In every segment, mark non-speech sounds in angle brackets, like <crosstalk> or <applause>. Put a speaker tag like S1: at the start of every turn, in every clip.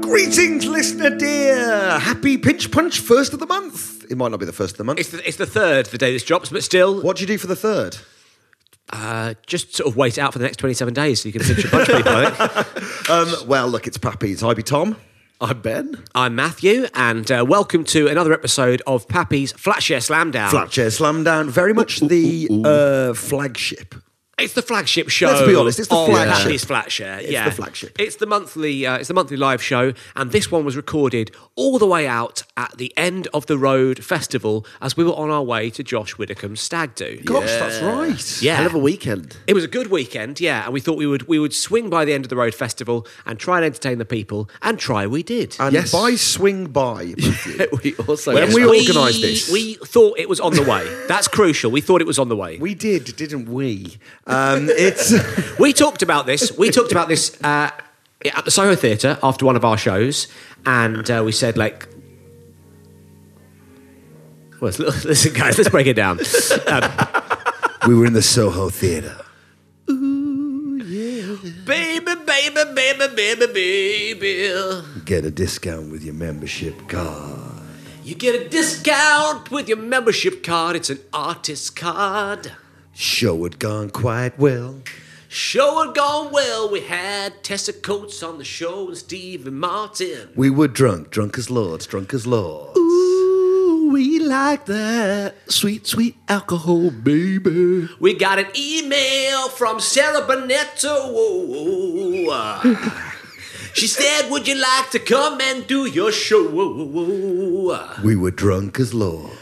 S1: Greetings, listener dear! Happy Pinch Punch first of the month. It might not be the first of the month.
S2: It's the, it's the third the day this drops, but still,
S1: what do you do for the third?
S2: uh, just sort of wait out for the next 27 days so you can pinch a bunch of people, I
S1: <laughs>
S2: think.
S1: Um, well, look, it's Pappies. I be Tom. I'm Ben.
S2: I'm Matthew, and uh, welcome to another episode of Pappy's Flatshare Slamdown.
S1: Flatchair Slamdown, very much the Uh, flagship.
S2: It's the flagship show.
S1: Let's be honest, it's the
S2: of
S1: flagship.
S2: Pappy's Flatshare.
S1: It's
S2: yeah.
S1: the flagship.
S2: It's the monthly. Uh, it's the monthly live show, and this one was recorded all the way out at the end of the road festival as we were on our way to Josh Widdicombe's stag do.
S1: Gosh, that's right.
S2: Yeah.
S3: Hell of a weekend.
S2: It was a good weekend, yeah, and we thought we would we would swing by the end of the road festival and try and entertain the people, and try we did.
S1: And
S3: Yes.
S1: by swing <laughs> by, Matthew,
S3: We also
S1: When
S3: get-
S1: we- organised this.
S2: We thought it was on the way. That's crucial. We thought it was on the way. We,
S1: we did, didn't we? Um, <laughs> it's
S2: talked about this. We talked about this uh, at the Soho Theatre after one of our shows, and uh, we said like. Well, <laughs> it's- listen, guys, let's break it down. Um,
S1: we were in the Soho Theatre.
S2: baby, baby, baby, baby, baby.
S1: Get a discount with your membership card.
S2: You get a discount with your membership card. It's an artist card.
S1: Show had gone quite well.
S2: Show had gone well. We had Tessa Coates on the show and Stephen Martin.
S1: We were drunk, drunk as lords, drunk as lords.
S3: Ooh, we like that. Sweet, sweet alcohol, baby.
S2: We got an email from Sarah Bonetto. She said, Would you like to come and do your show?
S1: We were drunk as lords.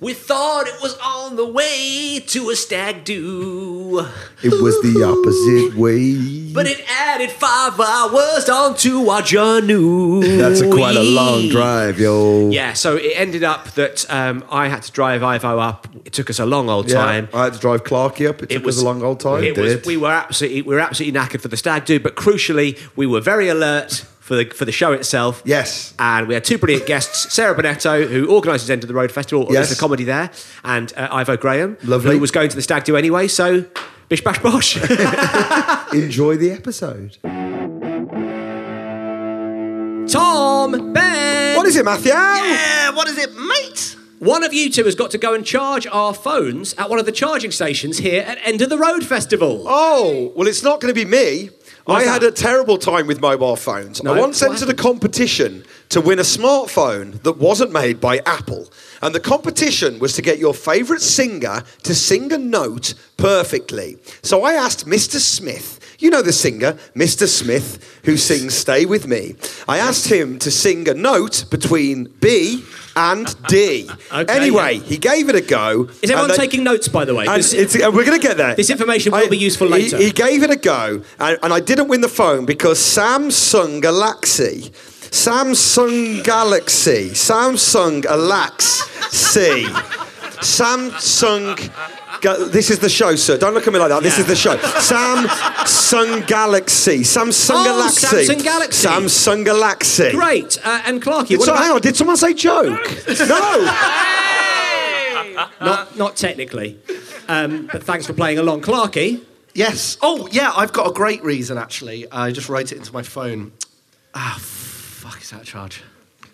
S2: We thought it was on the way to a stag do,
S1: It was the opposite way.
S2: but it added five hours onto our journey.
S1: That's a quite a long drive, yo.
S2: Yeah, so it ended up that um, I had to drive Ivo up. It took us a long old
S1: Yeah,
S2: time.
S1: I had to drive Clarky up. It, took us a long old time.
S2: It was, we were absolutely we were absolutely knackered for the stag do, but crucially, we were very alert for the for the show itself.
S1: yes.
S2: And we had two brilliant guests, Sarah Bonetto, who organises End of the Road Festival, or
S1: Yes.
S2: there's a comedy there, and uh, Ivo Graham,
S1: Lovely.
S2: who was going to the stag do anyway. So, bish bash bosh. <laughs>
S1: Enjoy the episode.
S2: Tom, Ben,
S1: What is it, Matthew?
S3: Yeah, what is it, mate?
S2: one of you two has got to go and charge our phones at one of the charging stations here at End of the Road Festival.
S4: Oh, well, it's not going to be me. I had a terrible time with mobile phones. I once
S2: What
S4: entered a competition to win a smartphone that wasn't made by Apple. And the competition was to get your favourite singer to sing a note perfectly. So I asked Mr. Smith, you know the singer, Mr. Smith, who sings Stay With Me. I asked him to sing a note between B and D.
S2: <laughs> Okay.
S4: anyway, he gave it a go.
S2: Is everyone
S4: and they-
S2: taking notes, by the way?
S4: and
S2: 'Cause-
S4: it's- and we're going to get there.
S2: This information will be useful
S4: he-
S2: later.
S4: He, gave it a go, and, and I didn't win the phone because Samsung Galaxy, Samsung Galaxy, Samsung Galaxy, Samsung. Ga- This is the show, sir. Don't look at me like that. This is the show. Samsung Galaxy. Samsung
S2: Oh,
S4: Galaxy.
S2: Samsung Galaxy.
S4: Samsung Galaxy.
S2: Great. Uh, and Clarky,
S4: Did
S2: what
S4: so- hang
S2: about,
S4: on, did someone say joke?
S2: <laughs>
S4: no.
S2: not, not technically, um, but thanks for playing along. Clarky,
S3: Yes. Oh, yeah, I've got a great reason, actually. I just wrote it into my phone. Ah, fuck, is that charge?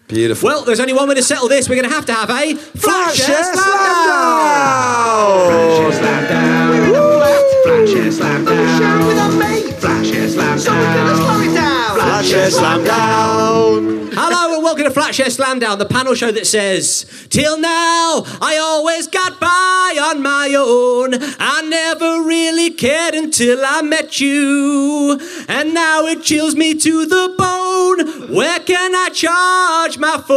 S4: Beautiful.
S2: well, there's only one way to settle this. We're going to have to have a Flash
S4: Flash
S2: Slam
S4: Slam down.
S2: Hello and welcome to Flatshare Slamdown, the panel show that says, Till now, I always got by on my own. I never really cared until I met you. And now it chills me to the bone. Where can I charge my phone?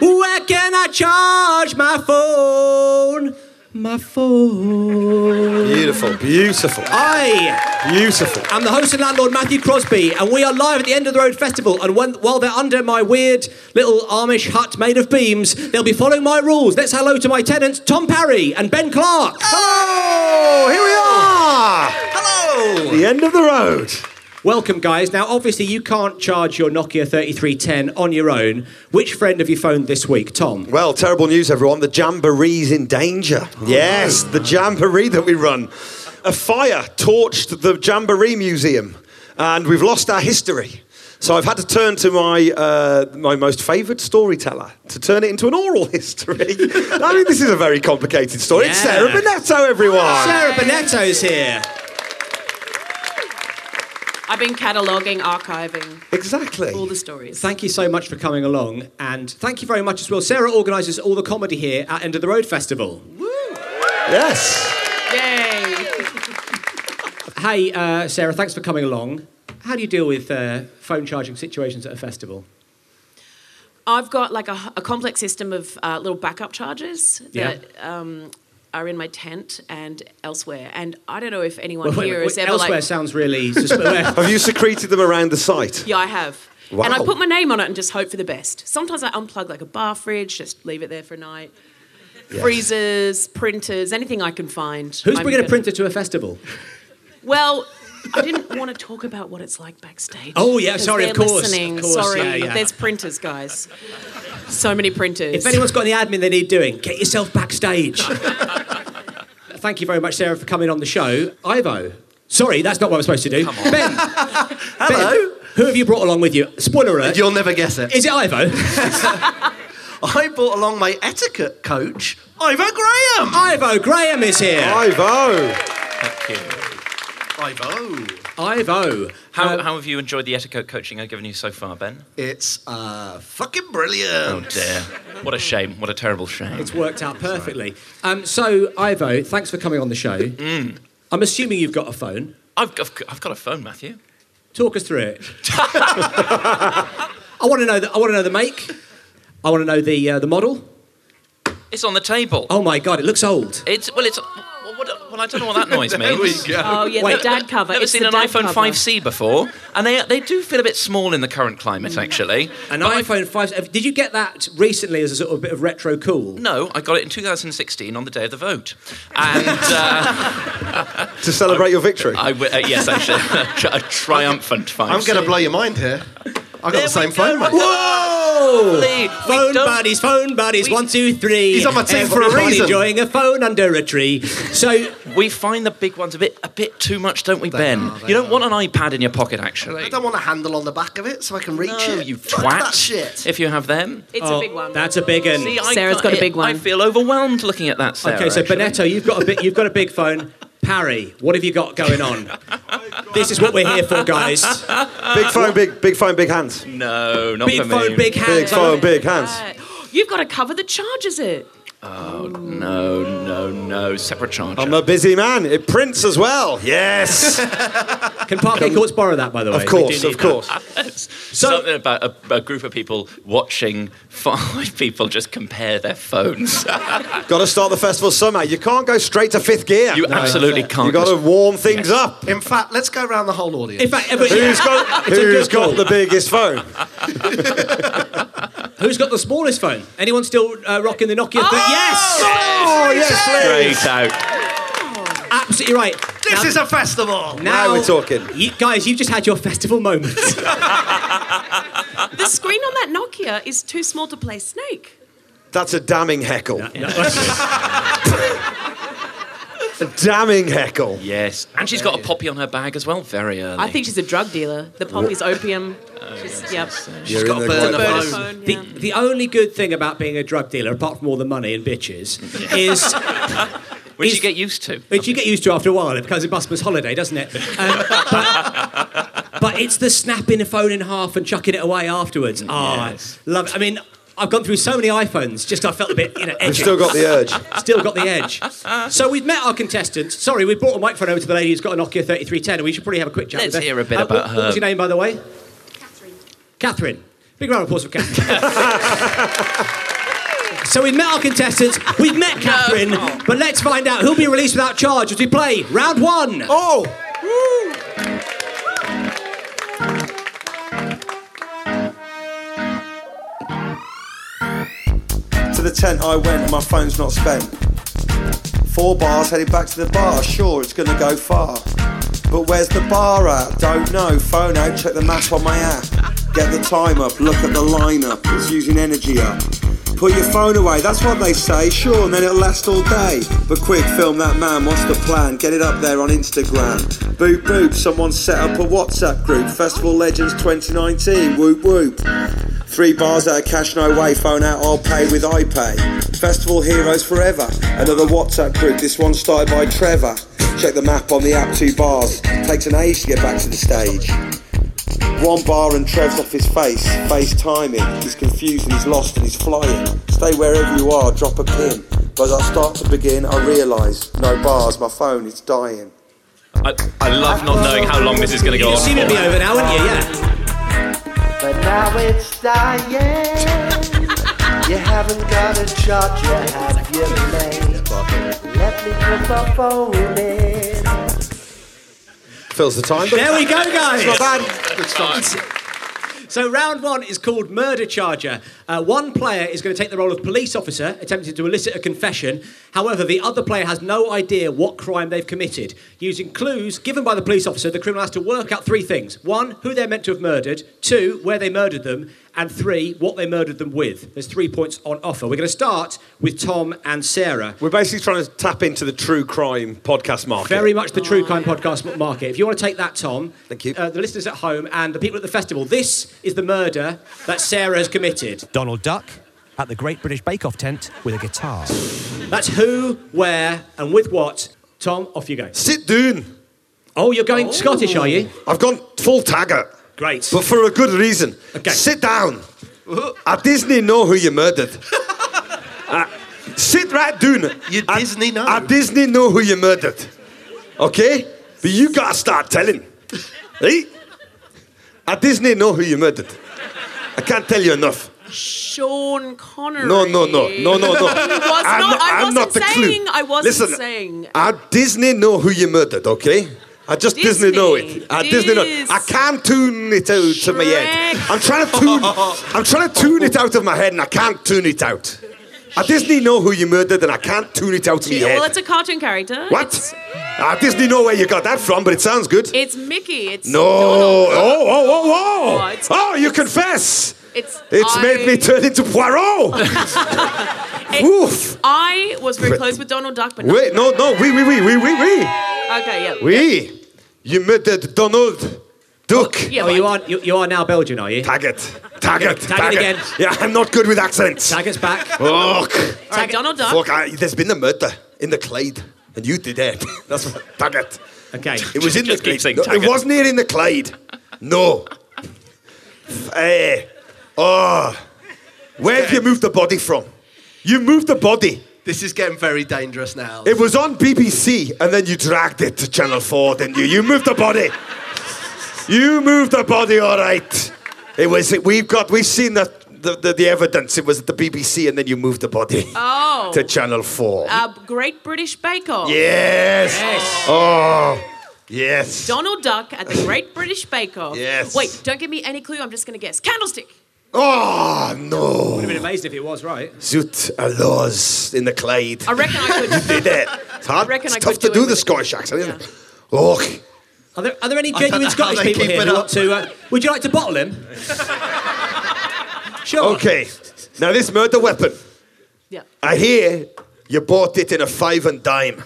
S2: Where can I charge my phone? my phone.
S1: Beautiful, beautiful,
S2: I
S1: beautiful.
S2: am the host and landlord Matthew Crosby, and we are live at the End of the Road Festival. And when, while they're under my weird little Amish hut made of beams, they'll be following my rules. Let's hello to my tenants, Tom Parry and Ben Clark.
S1: Hello, Oh, here we are.
S2: Hello.
S1: The end of the road.
S2: Welcome, guys. Now, obviously, you can't charge your Nokia 3310 on your own. Which friend have you phoned this week, Tom?
S1: Well, terrible news, everyone. The jamboree's in danger. Yes, the jamboree that we run. A fire torched the jamboree museum, and we've lost our history. So I've had to turn to my uh, my most favoured storyteller to turn it into an oral <laughs> history. I mean, this is a very complicated story. It's
S2: Yeah.
S1: Sarah Benetto, everyone.
S2: Sarah Bonetto's here.
S5: I've been cataloguing, archiving
S1: Exactly.
S5: all the stories.
S2: Thank you so much for coming along, and thank you very much as well. Sarah organises all the comedy here at End of the Road Festival.
S1: Yes.
S5: Yay!
S2: Hey, uh, Sarah, thanks for coming along. How do you deal with uh, phone charging situations at a festival?
S5: I've got like a, a complex system of uh, little backup charges
S2: Yeah.
S5: that um, are in my tent and elsewhere. And I don't know if anyone
S2: Well, wait,
S5: here
S2: wait,
S5: has ever
S2: elsewhere
S5: like.
S2: sounds really.
S5: <laughs>
S2: Susp-
S1: Have you secreted them around the site?
S5: Yeah, I have. And I
S1: Wow.
S5: put my name on it and just hope for the best. Sometimes I unplug like a bar fridge, just leave it there for a night. Freezers, printers, anything I can find.
S2: Who's
S5: I'm
S2: bringing a
S5: gonna-
S2: printer to a festival?
S5: Well, I didn't want to talk about what it's like backstage.
S2: Oh, yeah,
S5: 'Cause
S2: sorry, of
S5: they're
S2: course, of
S5: listening.
S2: course,
S5: Sorry,
S2: yeah, yeah.
S5: there's printers, guys. So many printers.
S2: If anyone's got any admin they need doing, get yourself
S5: <laughs>
S2: backstage. Thank you very much, Sarah, for coming on the show. Ivo. Sorry, that's not what I'm supposed to do.
S5: <laughs>
S2: Ben. Hello. who have you brought along with you? Spoiler alert.
S3: You'll never guess it.
S2: Is it
S5: <laughs>
S2: Ivo?
S3: I brought along my etiquette coach, Ivo Graham.
S2: Ivo Graham is here.
S1: Ivo.
S3: Ivo.
S2: Ivo. Uh,
S6: How, how have you enjoyed the etiquette coaching I've given you so far, Ben?
S3: It's uh, fucking
S6: Oh
S3: brilliant.
S6: dear. What a shame. What a terrible shame.
S2: It's worked out perfectly. Um, so, Ivo, thanks for coming on the show.
S3: Mm.
S2: I'm assuming you've got a phone.
S6: I've, I've, I've got a phone, Matthew.
S2: Talk us through it. <laughs> I want to know the, I want to know the make. I want to know the uh, the model.
S6: It's on the table.
S2: Oh my god, it looks old.
S6: It's well, it's well, what, well I don't know what that noise
S3: There we
S6: means.
S3: go.
S5: oh yeah,
S2: Wait.
S5: the dad cover.
S6: Never
S5: it's
S6: seen
S5: the
S6: an
S5: dad
S6: iPhone
S5: cover.
S6: 5C before, and they they do feel a bit small in the current climate, actually.
S2: An
S6: But I-
S2: iPhone 5. Did you get that recently as a sort of bit of retro cool?
S6: no, I got it in 2016 on the day of the vote, and uh, <laughs>
S1: To celebrate your victory.
S6: I w- uh, yes, actually, <laughs> a triumphant 5C.
S3: I'm going to blow your mind here. I got
S6: There
S3: the same
S6: we go.
S3: phone, mate.
S2: Whoa!
S6: Lovely. We
S2: Phone
S6: don't-
S2: buddies, phone buddies, one, two, three.
S3: He's on my team for a
S2: Everybody
S3: reason.
S2: enjoying a phone under a tree. So,
S6: We find the big ones a bit a bit too much, don't we, Ben?
S3: are, they
S6: you don't want an iPad in your pocket, actually.
S3: I don't want a handle on the back of it so I can reach
S6: No,
S3: it.
S6: you
S3: Fuck
S6: twat.
S3: that shit.
S6: If you have them.
S5: It's a big
S1: Oh,
S5: one.
S2: that's a big one.
S6: See, I
S5: Sarah's
S6: can't-
S5: got a
S6: I-
S5: big one.
S6: I feel overwhelmed looking at that, Sarah.
S2: Okay, so
S6: actually.
S2: Benetto, you've got a big, you've got a big phone. Parry, what have you got going on? this is what we're here for,
S1: <laughs>
S2: guys.
S1: Big phone, big big phone, big hands.
S6: No, not
S2: Big
S6: for
S2: phone,
S6: me.
S2: big
S1: Big
S2: hands.
S1: phone, big hands.
S5: You've got a cover that charges it.
S6: No, no, no. Separate charger.
S1: I'm a busy man. It prints as well. Yes. of
S2: Can Parquet Courts borrow that, by the way? We do
S1: course,
S2: need
S1: of
S2: that.
S1: course.
S6: Something about a, a group of people watching five <laughs> people just compare their phones. <laughs>
S1: Got to start the festival somehow. You can't go straight to fifth gear.
S6: you absolutely can't.
S1: got to warm things up.
S3: In fact, let's go around the whole audience.
S2: In fact, every-
S1: Who's got,
S2: It's a good
S1: who's
S2: call.
S1: got the biggest phone?
S2: Who's got the smallest phone? Anyone still uh, rocking the Nokia? thing? yes,
S1: Oh, yes, please.
S6: Straight out.
S2: absolutely right.
S3: this is a festival.
S2: Now,
S1: we're talking.
S2: You, guys, you've just had your festival moment. <laughs>
S5: The screen on that Nokia is too small to play Snake.
S1: That's a damning heckle. A damning heckle.
S6: Yes. And she's got a poppy on her bag as well, very early.
S5: I think she's a drug dealer. The poppy's opium. She's, yep.
S1: You're in
S3: got
S1: the
S3: a
S1: right
S3: burner
S5: Burner
S1: place.
S5: phone,
S2: The,
S5: yeah.
S2: the only good thing about being a drug dealer, apart from all the money and bitches,
S1: <laughs>
S2: is
S6: Which
S2: is-
S6: you get used to.
S2: Which you get used to after a while. It becomes a busman's holiday, doesn't it? Um, but, but it's the snapping a phone in half and chucking it away afterwards. Ah,
S6: Yes.
S2: love it. I mean, I've gone through so many iPhones, just I felt a bit, you know, edgy.
S1: Still got the urge.
S2: Still got the edge. So we've met our contestants. Sorry, we brought a microphone over to the lady who's got a Nokia 3310, and we should probably have a quick chat
S6: Let's
S2: with her.
S6: hear a bit
S2: Uh,
S6: about
S2: what, What was
S6: her.
S2: your name, by the way? Catherine. Catherine. Big round of applause for Catherine. <laughs> So we've met our contestants, we've met Catherine, but let's find out who'll be released without charge as we play round one.
S1: Oh! To the tent I went and my phone's not spent. Four bars headed back to the bar, sure it's gonna go far. But where's the bar at? Don't know. Phone out, check the map on my app. Get the time up, look at the lineup, it's using energy up. Put your phone away, that's what they say, sure, and then it'll last all day. But quick, film that man, what's the plan? Get it up there on Instagram. Boop boop, someone set up a WhatsApp group, Festival Legends 2019, whoop whoop. Three bars out of cash, no way. Phone out, I'll pay with iPay. Festival Heroes Forever. Another WhatsApp group, this one started by Trevor. Check the map on the app, two bars. Takes an age to get back to the stage. One bar and Trev's off his face. Face timing. He's confused and he's lost and he's flying. Stay wherever you are, drop a pin. But as I start to begin, I realise no bars, my phone is dying.
S6: I, I love not knowing how long this is going to go
S2: You
S6: on.
S2: seem to be
S6: for.
S2: over now, wouldn't you? Yeah.
S7: But now it's dying. you haven't got a charge, you have your mate. Let me put my phone in.
S1: Fills the time.
S2: There we go, guys.
S6: Good start.
S2: So round one is called Murder Charger. Uh, one player is going to take the role of police officer, attempting to elicit a confession. However, the other player has no idea what crime they've committed. Using clues given by the police officer, the criminal has to work out three things: one, who they're meant to have murdered; two, where they murdered them; and three, what they murdered them with. There's three points on offer. We're going to start with Tom and Sarah.
S1: We're basically trying to tap into the true crime podcast market.
S2: Very much the true crime podcast market. If you want to take that, Tom.
S1: Thank you.
S2: Uh, the listeners at home and the people at the festival. This is the murder that Sarah has committed.
S8: Donald Duck at the Great British Bake Off tent with a guitar.
S2: That's who, where, and with what. Tom, off you go.
S1: Sit down.
S2: Oh, you're going Scottish, are you? Oh,
S1: I've gone full tagger.
S2: Great.
S1: But for a good reason.
S2: Okay.
S1: Sit down. I Disney know who you murdered. I- sit right down.
S3: You
S1: I-
S3: Disney know.
S1: I Disney know who you murdered. Okay? But you gotta start telling. Right? I Disney know who you murdered. I can't tell you enough.
S5: Sean Connery.
S1: No, no, no, no, no, no.
S5: was
S1: I'm
S5: not- I
S1: I'm
S5: wasn't
S1: not the clue.
S5: saying- I wasn't
S1: Listen,
S5: saying.
S1: I Disney know who you murdered, okay? I just Disney, know it.
S5: Disney.
S1: I Disney know. it. I
S5: Dis-
S1: can't tune it out of my head.
S5: Shrek.
S1: I'm trying to tune. I'm trying to tune it out of my head, and I can't tune it out. I Disney know who you murdered, and I can't tune it out of my head.
S5: Well, it's a cartoon character.
S1: what?
S5: It's,
S1: I Disney know where you got that from, but it sounds good.
S5: it's Mickey. It's
S1: no.
S5: Donald.
S1: Oh, oh,
S5: Oh,
S1: oh, oh.
S5: it's-
S1: Oh, you confess.
S5: It's,
S1: It's
S5: I,
S1: made me turn into Poirot. Oof.
S5: I was very close with Donald Duck, but not-
S1: Wait, no, no, we, we, we, we, we, we.
S5: Okay, yeah.
S1: We. You murdered Donald Duck.
S5: Yeah,
S2: Oh,
S5: but
S2: you are, you, you are now Belgian, are you?
S1: Target. Target.
S2: Tag it again.
S1: Yeah, I'm not good with accents.
S2: Taggart's back.
S1: Fuck.
S5: All right, Donald Duck.
S1: Fuck, I, there's been a murder in the Clyde, and you did it. <laughs> That's what. Target.
S2: Okay.
S1: It was in
S6: Just
S1: the
S6: keep saying
S1: Clyde. No, it
S6: Taggart.
S1: wasn't here in the Clyde. No. Eh. Oh. Where have you moved the body from? You moved the body.
S3: This is getting very dangerous now.
S1: It was on BBC, and then you dragged it to Channel 4, didn't you? You moved the body. You moved the body, all right. It was. We've got. We've seen the the, the, the evidence. It was at the BBC, and then you moved the body
S5: Oh,
S1: to Channel 4.
S5: uh, Great British Bake Off.
S1: yes. Oh. Yes.
S5: Donald Duck at the Great British Bake Off.
S1: Yes.
S5: Wait, don't give me any clue. I'm just going to guess. Candlestick.
S1: oh
S2: I'd
S1: no.
S2: be amazed if it was right.
S1: Zoot allows in the Clyde.
S5: I reckon I
S1: <laughs>
S5: could.
S1: Did it. It's hard.
S5: I reckon
S1: it's
S5: I
S1: tough
S5: could
S1: to
S5: do
S1: do
S5: it
S1: the
S5: with-
S1: Scottish accent. Isn't
S5: Yeah.
S1: it? Oh.
S2: Are there, are there any
S3: don't know
S2: genuine
S3: how
S2: Scottish
S3: they
S2: people
S3: keep
S2: here
S3: it
S2: who
S3: up.
S2: want to... Uh, would you like to bottle him? sure.
S1: Okay. Now this murder weapon.
S5: yeah.
S1: I hear you bought it in a five and dime.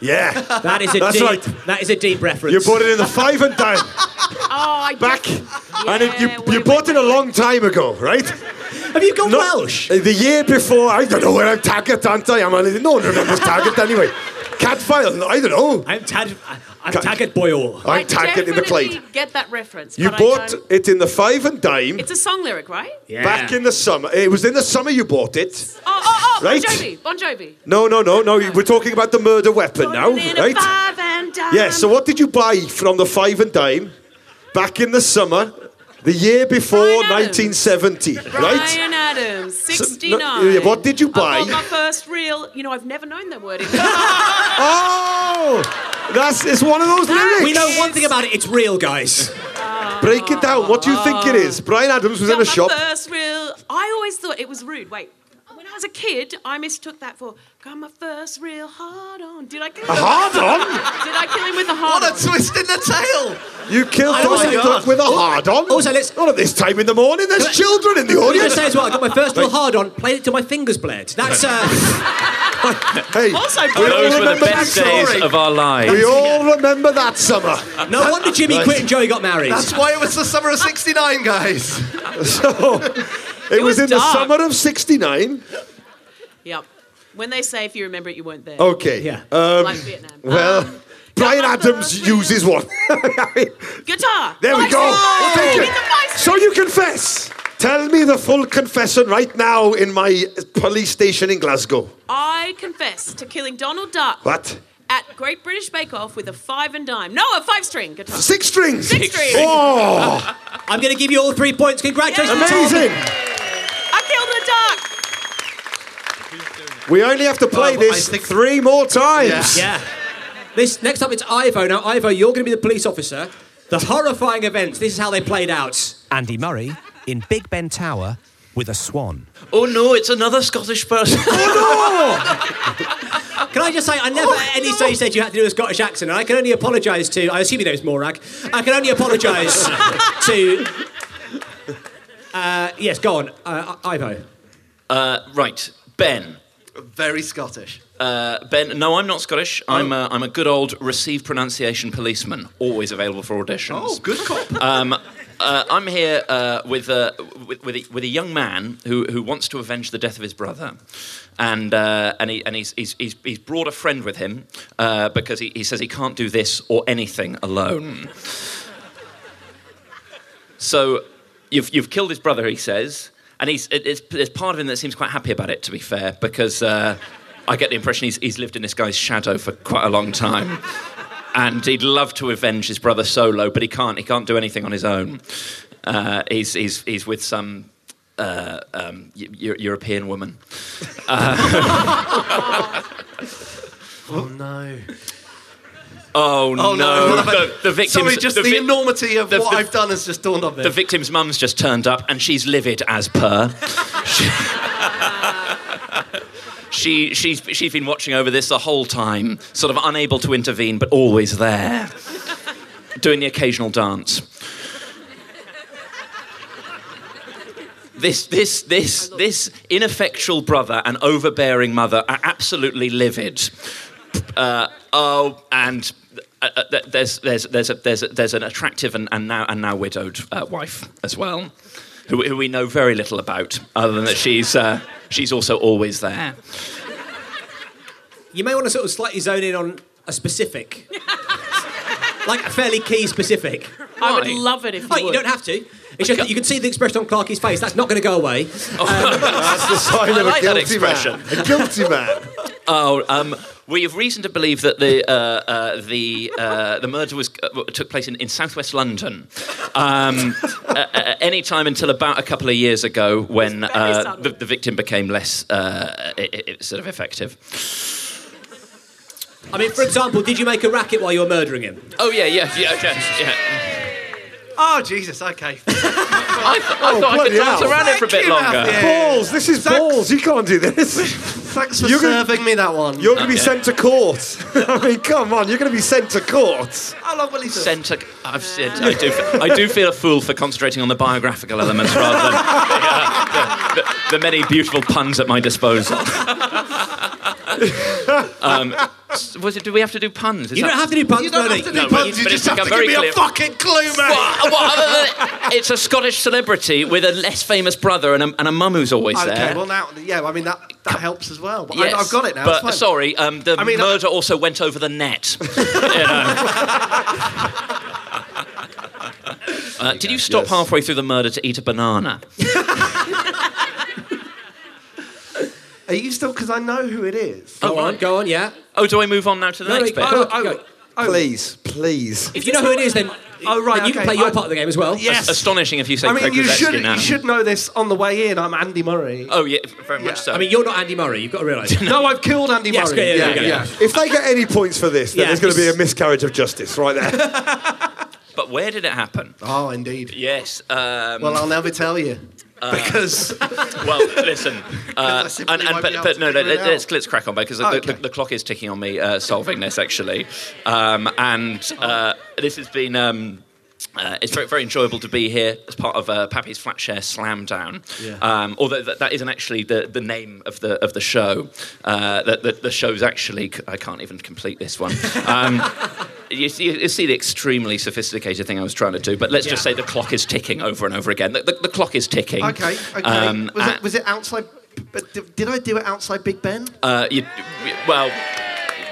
S1: Yeah.
S2: That is a
S1: That's
S2: deep...
S1: right.
S2: That is a deep reference.
S1: you bought it in a five and dime
S5: Oh, I
S1: back. and it, you,
S5: Yeah,
S1: you
S5: wait,
S1: bought it
S5: wait,
S1: a
S5: wait.
S1: long time ago, right?
S2: Have you gone
S1: No,
S2: Welsh?
S1: The year before, I don't know where I'm target, aren't I? I'm, only- no one remembers target
S6: <laughs>
S1: anyway. Cat file, no, I don't know.
S2: I'm Tad... I'm
S1: Ca- Oh,
S2: Taggart Boyle.
S1: I'm target in the plate.
S5: definitely Get that reference.
S1: You
S5: but I
S1: bought
S5: don't-
S1: it in the five and dime
S5: It's a song lyric, right?
S2: Yeah.
S1: back in the summer. It was in the summer you bought it.
S5: Oh, oh, oh!
S1: Right.
S5: Bon Jovi. Bon Jovi.
S1: No, no, no, no. We're talking about the murder weapon now,
S5: Born in a
S1: right?
S5: five and dime.
S1: Yeah, so what did you buy from the five and dime back in the summer The year before
S5: Brian Adams.
S1: 1970, right?
S5: Brian Adams, 69.
S1: yeah, what did you buy?
S5: I bought my first real, you know, I've never known
S1: <laughs>
S5: that word.
S1: Oh, that's it's one of those lyrics.
S2: We know one thing about it, it's real, guys.
S1: Break it down. What do you think it is? Brian Adams was in
S5: my
S1: a shop.
S5: first real, I always thought it was rude. Wait. When I was a kid, I mistook that for got my first real hard on. Did I
S1: <laughs>
S5: kill him?
S1: hard-on?
S5: Did I kill him with a hard on?
S3: What a twist in the
S1: You killed
S2: I also
S1: Donald
S2: got-
S1: Duck
S5: Oh.
S1: with Oh, a hard on.
S2: also, let's-
S1: Not at this time in the morning. There's
S2: Can I-
S1: children in the
S2: What you
S1: audience.
S2: say as well? I got my first real hard on, played it till my fingers bled. That's
S1: <laughs>
S2: uh,
S1: Hey,
S5: Also,
S1: we
S5: Those
S1: all
S6: Those were the
S1: remember
S6: best
S1: that
S6: days
S1: story.
S6: of our lives.
S1: We all remember that summer.
S2: no wonder Jimmy quit and Joey got married.
S3: That's why it was the summer of '69, guys.
S1: <laughs> So it, was,
S5: was
S1: in the
S5: dark.
S1: summer of '69.
S5: Yep. When they say if you remember it, you weren't there.
S1: Okay.
S2: Yeah.
S1: Um,
S5: Like Vietnam.
S1: well,
S5: Um, <laughs>
S1: Brian
S5: Duck
S1: Adams
S5: Duck
S1: uses one. <laughs>
S5: Guitar.
S1: There we go.
S5: Bicycle.
S1: We'll take
S5: Give
S1: it.
S5: me the bicycle.
S1: So you confess. Tell me the full confession right now in my police station in Glasgow.
S5: I confess to killing Donald Duck
S1: What?
S5: at Great British Bake Off with a five and dime. No, a five string guitar.
S1: Six strings.
S5: Six strings. <laughs>
S1: Oh,
S2: I'm going to give you all three points. Congratulations, Tom.
S1: amazing.
S5: I killed the duck.
S1: We only have to play
S3: Oh, I
S1: this
S3: think-
S1: three more times.
S2: Yeah. This next up, it's Ivo. Now, Ivo, you're going to be the police officer. The horrifying events. This is how they played out.
S8: Andy Murray in Big Ben Tower with a swan.
S6: Oh no, it's another Scottish person. <laughs>
S2: Can I just say, I never at any stage said you had to do a Scottish accent, and I can only apologise to. I assume your name's Morag. I can only apologise to. Uh, yes, go on, uh, I- Ivo.
S6: right, Ben.
S3: Very Scottish.
S6: Ben, no, I'm not Scottish. I'm a, I'm a good old receive pronunciation policeman, always available for auditions.
S3: Oh, good
S1: <laughs>
S3: cop.
S6: Um, uh, I'm here uh, with, a, with, with, a, with a young man who, who wants to avenge the death of his brother. And, uh, and, he, and he's, he's, he's, he's brought a friend with him uh, because he, he says he can't do this or anything alone. So you've, you've killed his brother, he says. And he's, it, it's, there's part of him that seems quite happy about it, to be fair, because uh, I get the impression he's, he's lived in this guy's shadow for quite a long time. And he'd love to avenge his brother solo, but he can't. He can't do anything on his own. Uh, he's, he's, he's with some uh, um, Eu- Eu- European woman.
S3: Oh no.
S6: Oh,
S3: Oh no.
S6: no.
S3: What have I-
S6: <laughs> The, the victim's,
S3: Sorry, just the,
S6: vic-
S3: enormity of
S6: the-
S3: what
S6: the-
S3: I've done has just dawned on me.
S6: The victim's mum's just turned up and she's livid as per. <laughs> she, she's, she's been watching over this the whole time, sort of unable to intervene, but always there, doing the occasional dance. This, this, this, this ineffectual brother and overbearing mother are absolutely livid. Uh, oh, and uh, uh, th- there's, there's, there's, a, there's, a, there's an attractive and, and, now, and now widowed uh, wife as well, who, who we know very little about, other than that she's, uh, she's also always there.
S2: You may want to sort of slightly zone in on a specific, like a fairly key specific.
S5: I would
S6: Why?
S5: love it if you
S2: Oh, you
S5: would.
S2: don't have to. It's just that you can see the expression on Clarky's face. That's not going to go away.
S1: That's the sign
S6: I
S1: of
S6: like
S1: a
S6: that
S1: guilty man. A guilty
S3: <laughs>
S1: man.
S6: Oh, um, we have reason to believe that the uh, uh, the uh, the murder was uh, took place in, in southwest London. Um, <laughs> uh, uh, any time until about a couple of years ago, when
S5: Very
S6: uh,
S5: subtle.
S6: the, the victim became less uh, i i i- sort of effective.
S2: I mean, for example, did you make a racket while you were murdering him?
S6: Oh yeah, yeah, yeah, okay, yeah.
S3: Oh Jesus.
S6: I,
S3: Okay.
S6: th- I thought I
S1: Oh, bloody
S6: could dance
S1: hell.
S6: around it for a bit
S3: Thank you,
S6: longer.
S3: Matthew.
S1: Balls. This is balls. You can't do this.
S3: Thanks for
S1: You're gonna-
S3: serving me that one.
S1: You're going to be sent to court. <laughs> I mean, come on. You're going to be sent to court.
S3: How long will he serve?
S6: Centre, I've said, I do, I do feel a fool for concentrating on the biographical elements rather than uh, the, the, the many beautiful puns at my disposal. <laughs> um, s- was it? Do we have to do puns? Is
S2: You
S6: that-
S2: don't have to do puns,
S3: You don't
S2: Bernie.
S3: have to
S6: No,
S3: do
S6: but
S3: puns.
S6: it's-
S3: You
S6: but
S3: just
S6: it's
S3: have to
S6: become very
S3: give me
S6: clear.
S3: a fucking clue, mate.
S6: What- what other than- it's a Scottish celebrity with a less famous brother and a, and a mum who's always
S3: Okay.
S6: there.
S3: Well, now, yeah. I mean, that that helps as well. But
S6: Yes,
S3: I, I've got it now.
S6: But
S3: it's fine.
S6: sorry, um, the
S3: I mean, I-
S6: murder also went over the net. <laughs> You know.
S3: <laughs>
S6: Uh, did you stop halfway through the murder to eat a banana?
S3: Are you still? Because I know who it is.
S2: Go on, go on, yeah.
S6: Oh, do I move on now to the
S2: No,
S6: next
S2: no,
S6: bit?
S2: go on, go.
S1: Please, please.
S2: If you know who it is, then
S3: Oh right,
S2: you can
S3: okay.
S2: play your
S3: I-
S2: part of the game as well.
S3: Yes.
S6: Astonishing if you say
S3: I mean,
S6: Craig
S3: you
S6: Rudetsky
S3: should
S6: now.
S3: you should know this on the way in. I'm Andy Murray.
S6: Oh yeah, very much so.
S2: I mean, you're not Andy Murray. You've got to realise.
S3: <laughs> No, I've killed Andy
S2: Yes,
S3: Murray.
S2: yeah, yeah, yeah, yeah.
S1: If they get any points for this, then
S2: Yeah,
S1: there's going to be a
S2: it's-
S1: miscarriage of justice right there.
S6: but where did it happen?
S3: Oh, indeed.
S6: Yes. Um, uh,
S3: Well, I'll never tell you because <laughs>
S6: well, listen. Uh,
S3: I simply
S6: and, and,
S3: won't
S6: but,
S3: be able
S6: but
S3: to
S6: no, no
S3: figure it
S6: let,
S3: out. Oh,
S6: us let's crack on because the, the,
S3: Okay.
S6: the clock is ticking on me uh, solving this actually, um, and uh, this has been. Um, uh, it's very, very enjoyable to be here as part of uh, Pappy's Flat Share Slam Down. Um, although that, that isn't actually the, the name of the of the show. Uh, the, the, the show's actually I can't even complete this
S3: <laughs>
S6: one. Um, you, see, you see the extremely sophisticated thing I was trying to do, but let's just say the clock is ticking over and over again. The, the, the clock is ticking.
S3: okay, okay.
S6: Um,
S3: was,
S6: and-
S3: it, was it outside? But did, did I do it outside Big Ben?
S6: Uh, you, well,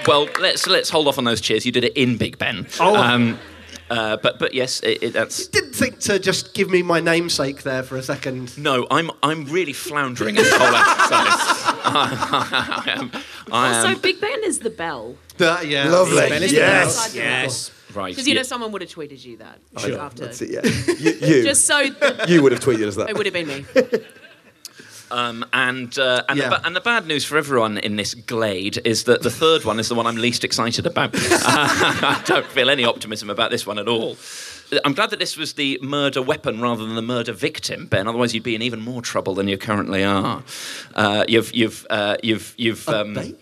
S6: well, let's let's hold off on those cheers. You did it in Big Ben. Oh. Um, uh, but but yes, it, it, that's
S3: Didn't think to just give me my namesake there for a second.
S6: no. I'm I'm really floundering in this whole exercise. I am. I am.
S5: Also, Big Ben is the bell.
S3: Uh,
S1: <laughs>
S3: yeah.
S1: Lovely.
S2: Ben is
S1: Yes.
S5: the bell.
S2: Yes.
S6: right.
S5: Because you know
S6: yeah.
S5: someone would have tweeted you that after.
S1: That's it, yeah. You, <laughs> you,
S5: Just so it
S1: you would have tweeted us that.
S5: would have been me.
S6: and uh, and,
S3: Yeah.
S6: the, ba- and the bad news for everyone in this glade is that the third one is the one I'm least excited about. <laughs> I don't feel any optimism about this one at all. I'm glad that this was the murder weapon rather than the murder victim, Ben. Otherwise, you'd be in even more trouble than you currently are. Uh, you've you've uh, you've you've. Um,
S3: Baby.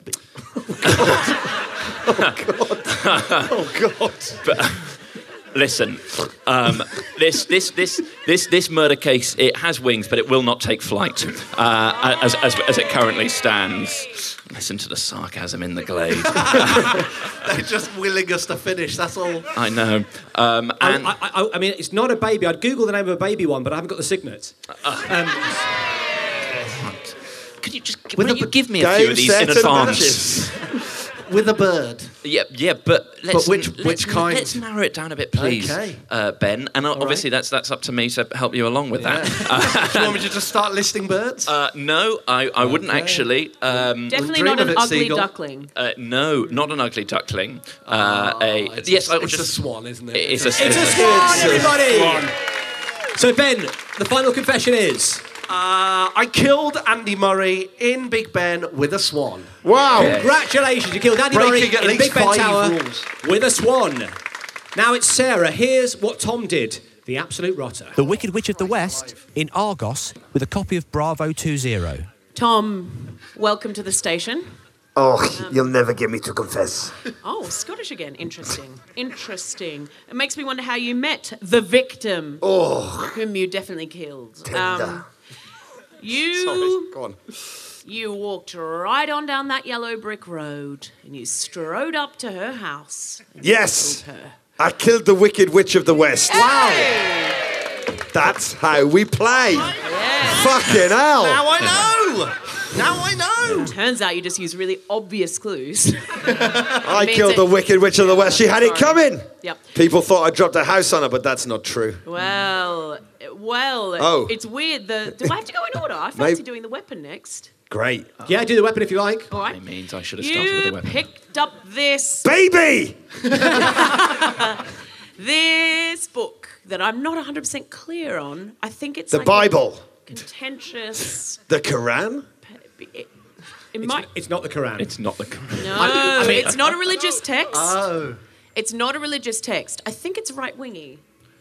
S6: Listen, um, this, this, this, this, this murder case, it has wings, but it will not take flight uh, as, as, as it currently stands. Listen to the sarcasm in the glade.
S3: They're <laughs> just willing us to finish. That's all.
S6: I know. Um, and
S2: I, I, I, I mean, it's not a baby. I'd Google the name of a baby one, but I haven't got the signet.
S6: could you just
S3: With
S6: will
S3: a
S6: you
S3: b-
S6: give me a few of these in advance?
S3: <laughs> With
S6: <laughs>
S3: a bird.
S6: Yeah, yeah, but let's,
S3: which-
S6: let's,
S3: which kind?
S6: Let's narrow it down a bit, please,
S3: Okay.
S6: uh, Ben. And obviously, that's that's up to me to help you along with that.
S3: Do you want me to just start listing birds?
S6: Uh, no, I, I wouldn't actually. Um,
S5: Definitely
S3: dream
S5: not
S3: of
S5: an
S3: it,
S5: ugly
S3: Seagull.
S5: duckling.
S6: uh, no, not an ugly duckling. Uh, a yes, I would
S3: Ah, Oh, it's
S6: just.
S3: a swan, isn't it?
S6: It's a,
S2: It's a swan, everybody! So, Ben, the final confession is
S3: Uh, I killed Andy Murray in Big Ben with a swan.
S1: Wow.
S3: Oh.
S2: congratulations, you killed Andy
S3: Breaking
S2: Murray
S3: at
S2: in
S3: least
S2: Big Ben
S3: five
S2: Tower
S3: rules.
S2: with a swan. Now it's Sarah. Here's what Tom did the absolute rotter.
S8: The Wicked Witch of the West in Argos with a copy of Bravo 20.
S5: Tom, welcome to the station.
S7: Oh, you'll never get me to confess.
S5: Oh, Scottish again. Interesting. Interesting. It makes me wonder how you met the victim, oh. whom you definitely killed. Um, you,
S1: Go on.
S5: you walked right on down that yellow brick road and you strode up to her house.
S1: Yes. I killed the Wicked Witch of the West.
S5: Wow.
S1: That's how we play. Fucking hell.
S3: I know! Now I know!
S5: Turns out you just use really obvious clues.
S1: I
S5: means
S1: killed
S5: it- <laughs>
S1: the Wicked Witch of the West. She had it
S5: Sorry.
S1: coming.
S5: Yep.
S1: People thought I dropped a house on her, but that's not true.
S5: Well, well,
S1: Oh.
S5: it's weird. The do I have to go in order? I fancy
S1: Maybe-
S5: doing the weapon next.
S1: Great.
S2: Yeah, do the weapon if you like.
S5: All right.
S6: It means I should have started with a
S5: You
S6: weapon.
S5: picked up this
S1: Baby!
S5: this book that I'm not 100% clear on. I think it's
S1: The
S5: like a
S1: Bible.
S5: contentious.
S1: The Quran?
S5: It, it might.
S2: It's not the Quran.
S6: It's not the.
S5: no, it's not a religious text. Oh. It's not a religious text. I think it's right wingy.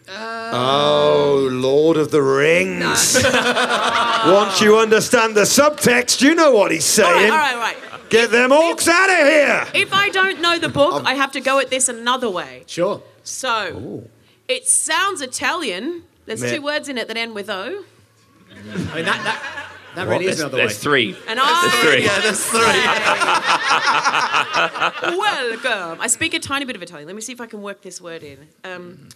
S1: Oh, Lord of the Rings. <laughs> Once you understand the subtext, you know what he's
S5: All right,
S1: saying.
S5: all right, all right.
S1: Get them orcs out of here!
S5: If I don't know the book,
S1: Um,
S5: I have to go at this another way.
S2: sure.
S5: So, it sounds Italian. There's
S1: Meh.
S5: two words in it that end with O.
S2: I mean, that, that, that really is
S6: There's,
S2: another way.
S6: there's three.
S5: And I.
S6: Three.
S5: <laughs> Welcome. I speak a tiny bit of Italian. Let me see if I can work this word in. Um,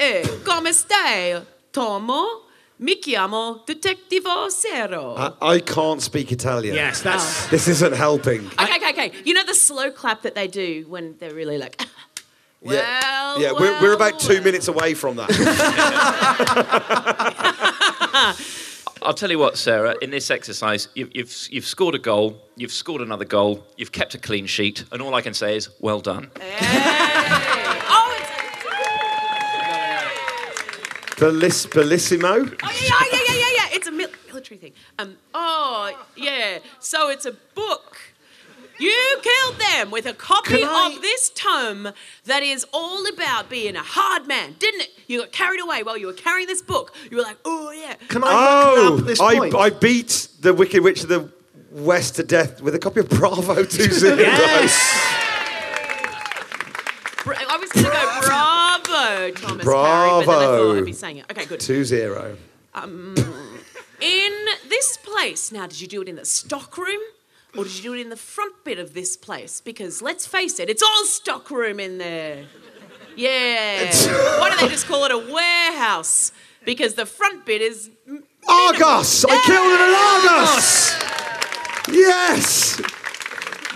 S5: eh, come stai, Tomo? Mi chiamo Detectivo Zero.
S1: I, I can't speak Italian.
S2: Yes, that's.
S1: This isn't helping.
S5: okay, okay, okay. You know the slow clap that they do when they're really like, <laughs> well,
S1: yeah, yeah we're, we're about two minutes away from <laughs> that.
S6: I'll tell you what, Sarah. In this exercise, you've, you've you've scored a goal, you've scored another goal, you've kept a clean
S2: Uh,
S6: sheet, and all I can say is, well done.
S5: Oh, it's
S1: Belliss- Bellissimo?
S5: Oh, yeah, yeah, yeah, yeah, yeah. It's a mil- military thing. Um, oh, yeah. So it's a book. You killed them with a copy
S1: Can I-
S5: of this tome that is all about being a hard man, didn't it? You got carried away while you were carrying this book. You were like, oh, yeah.
S3: Can I
S1: Oh,
S3: look up this
S1: I,
S3: point?
S1: I beat the Wicked Witch of the West to death with a copy of Bravo <laughs> 20.
S2: Yes!
S5: Bra- I was going to go, bravo, Thomas Harry, but then I
S1: Bravo.
S5: thought I'd be saying it. Okay, good.
S1: 2-0.
S5: In this place, now, did you do it in the stockroom or did you do it in the front bit of this place? Because let's face it, it's all stockroom in there. Yeah. Why don't they just call it a warehouse? Because the front bit is. m-
S1: Argos! I killed it in Argos! Yes!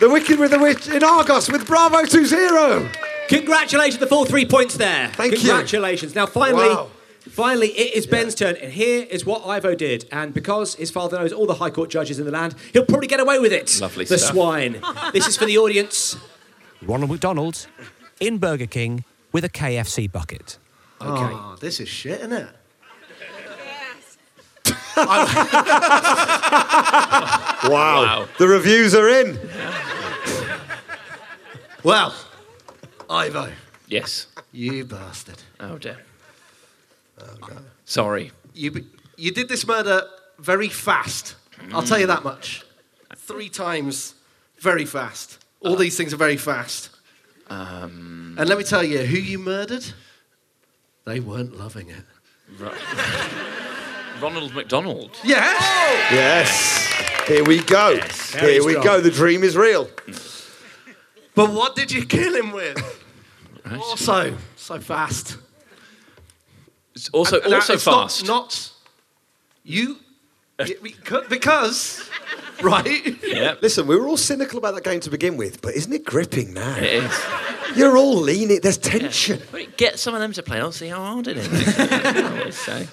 S1: The Wicked with the Witch in Argos with Bravo 2-0.
S2: Congratulations, the full three points there.
S1: Thank you.
S2: Congratulations. Now, finally,
S1: Wow.
S2: finally, it is Ben's turn, and here is what Ivo did. And because his father knows all the High Court judges in the land, he'll probably get away with it.
S6: Lovely
S2: The
S6: stuff.
S2: swine. this is for the audience.
S8: Ronald McDonald in Burger King with a KFC bucket.
S2: Okay.
S3: Oh, this is shit, isn't it?
S1: Wow. The reviews are in.
S3: Well, Ivo,
S6: Yes.
S3: you bastard.
S6: Oh dear. Oh, Sorry.
S3: You, be- you did this murder very fast. I'll tell you that much. Three times, very fast. All these things are very fast. Uh, Um, and let me tell you, who you murdered, they weren't loving it.
S6: Ronald McDonald.
S3: Yeah.
S1: Yes. Here we go. Here we go. The dream is real.
S3: But what did you kill him with? Also, <laughs> so fast.
S6: It's also
S3: And that-
S6: also
S3: it's not-
S6: fast.
S3: Not,
S6: <laughs>
S3: you, because right.
S6: yeah.
S1: Listen, we were all cynical about that game to begin with, but isn't it gripping now?
S6: It is.
S1: You're all leaning. There's tension.
S6: Well, Get some of them to play. I'll see how hard <laughs> it is. I always say.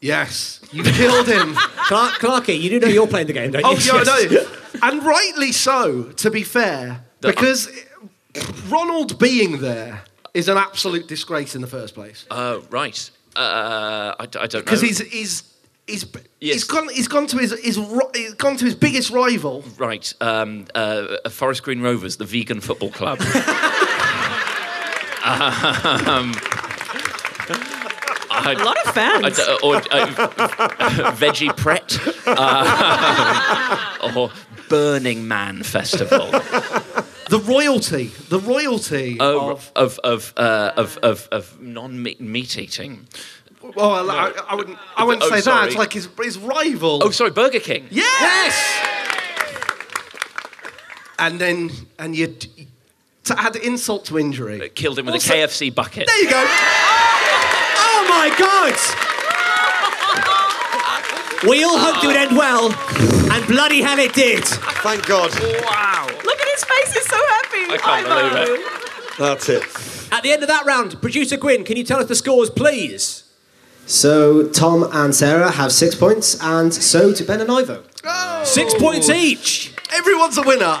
S3: Yes, you killed
S6: <laughs>
S3: him.
S2: Clark, Clarky, you do know you're playing the game, don't you?
S3: Oh yeah, I know. And rightly so, to be fair,
S6: The-
S3: because Ronald being there is an absolute disgrace in the first place.
S6: Oh right. Uh, I, d- I don't know.
S3: Because he's he's he's
S6: Yes.
S3: he's gone he's gone to his his ri- he's gone to his biggest rival.
S6: right. Um, uh, uh, Forest Green Rovers, the vegan football <laughs> club. Um, I-
S5: A lot of fans.
S6: I d- or uh, Veggie Pret, uh, <laughs> or Burning Man Festival <laughs>
S3: The royalty, the royalty
S6: of
S3: of.
S6: of of, uh, of of of non meat eating.
S3: Well, Oh, I, I wouldn't I wouldn't
S6: <laughs> Oh,
S3: say that.
S6: sorry.
S3: It's like his his rival.
S6: Oh, sorry, Burger King.
S3: yes! And then and you to add insult to injury.
S6: Killed him with
S3: Also-
S6: a KFC bucket.
S3: There you go.
S2: Oh my God! We all hoped it would end well, and bloody hell it did.
S1: Thank God.
S6: Wow.
S5: Look at his face, he's so happy.
S6: I can't
S5: Ivo.
S6: believe
S1: That's it.
S2: At the end of that round, producer Gwyn, can you tell us the scores, please?
S9: So Tom and Sarah have six points, and so do Ben and Ivo.
S2: Six points each.
S3: Everyone's a winner.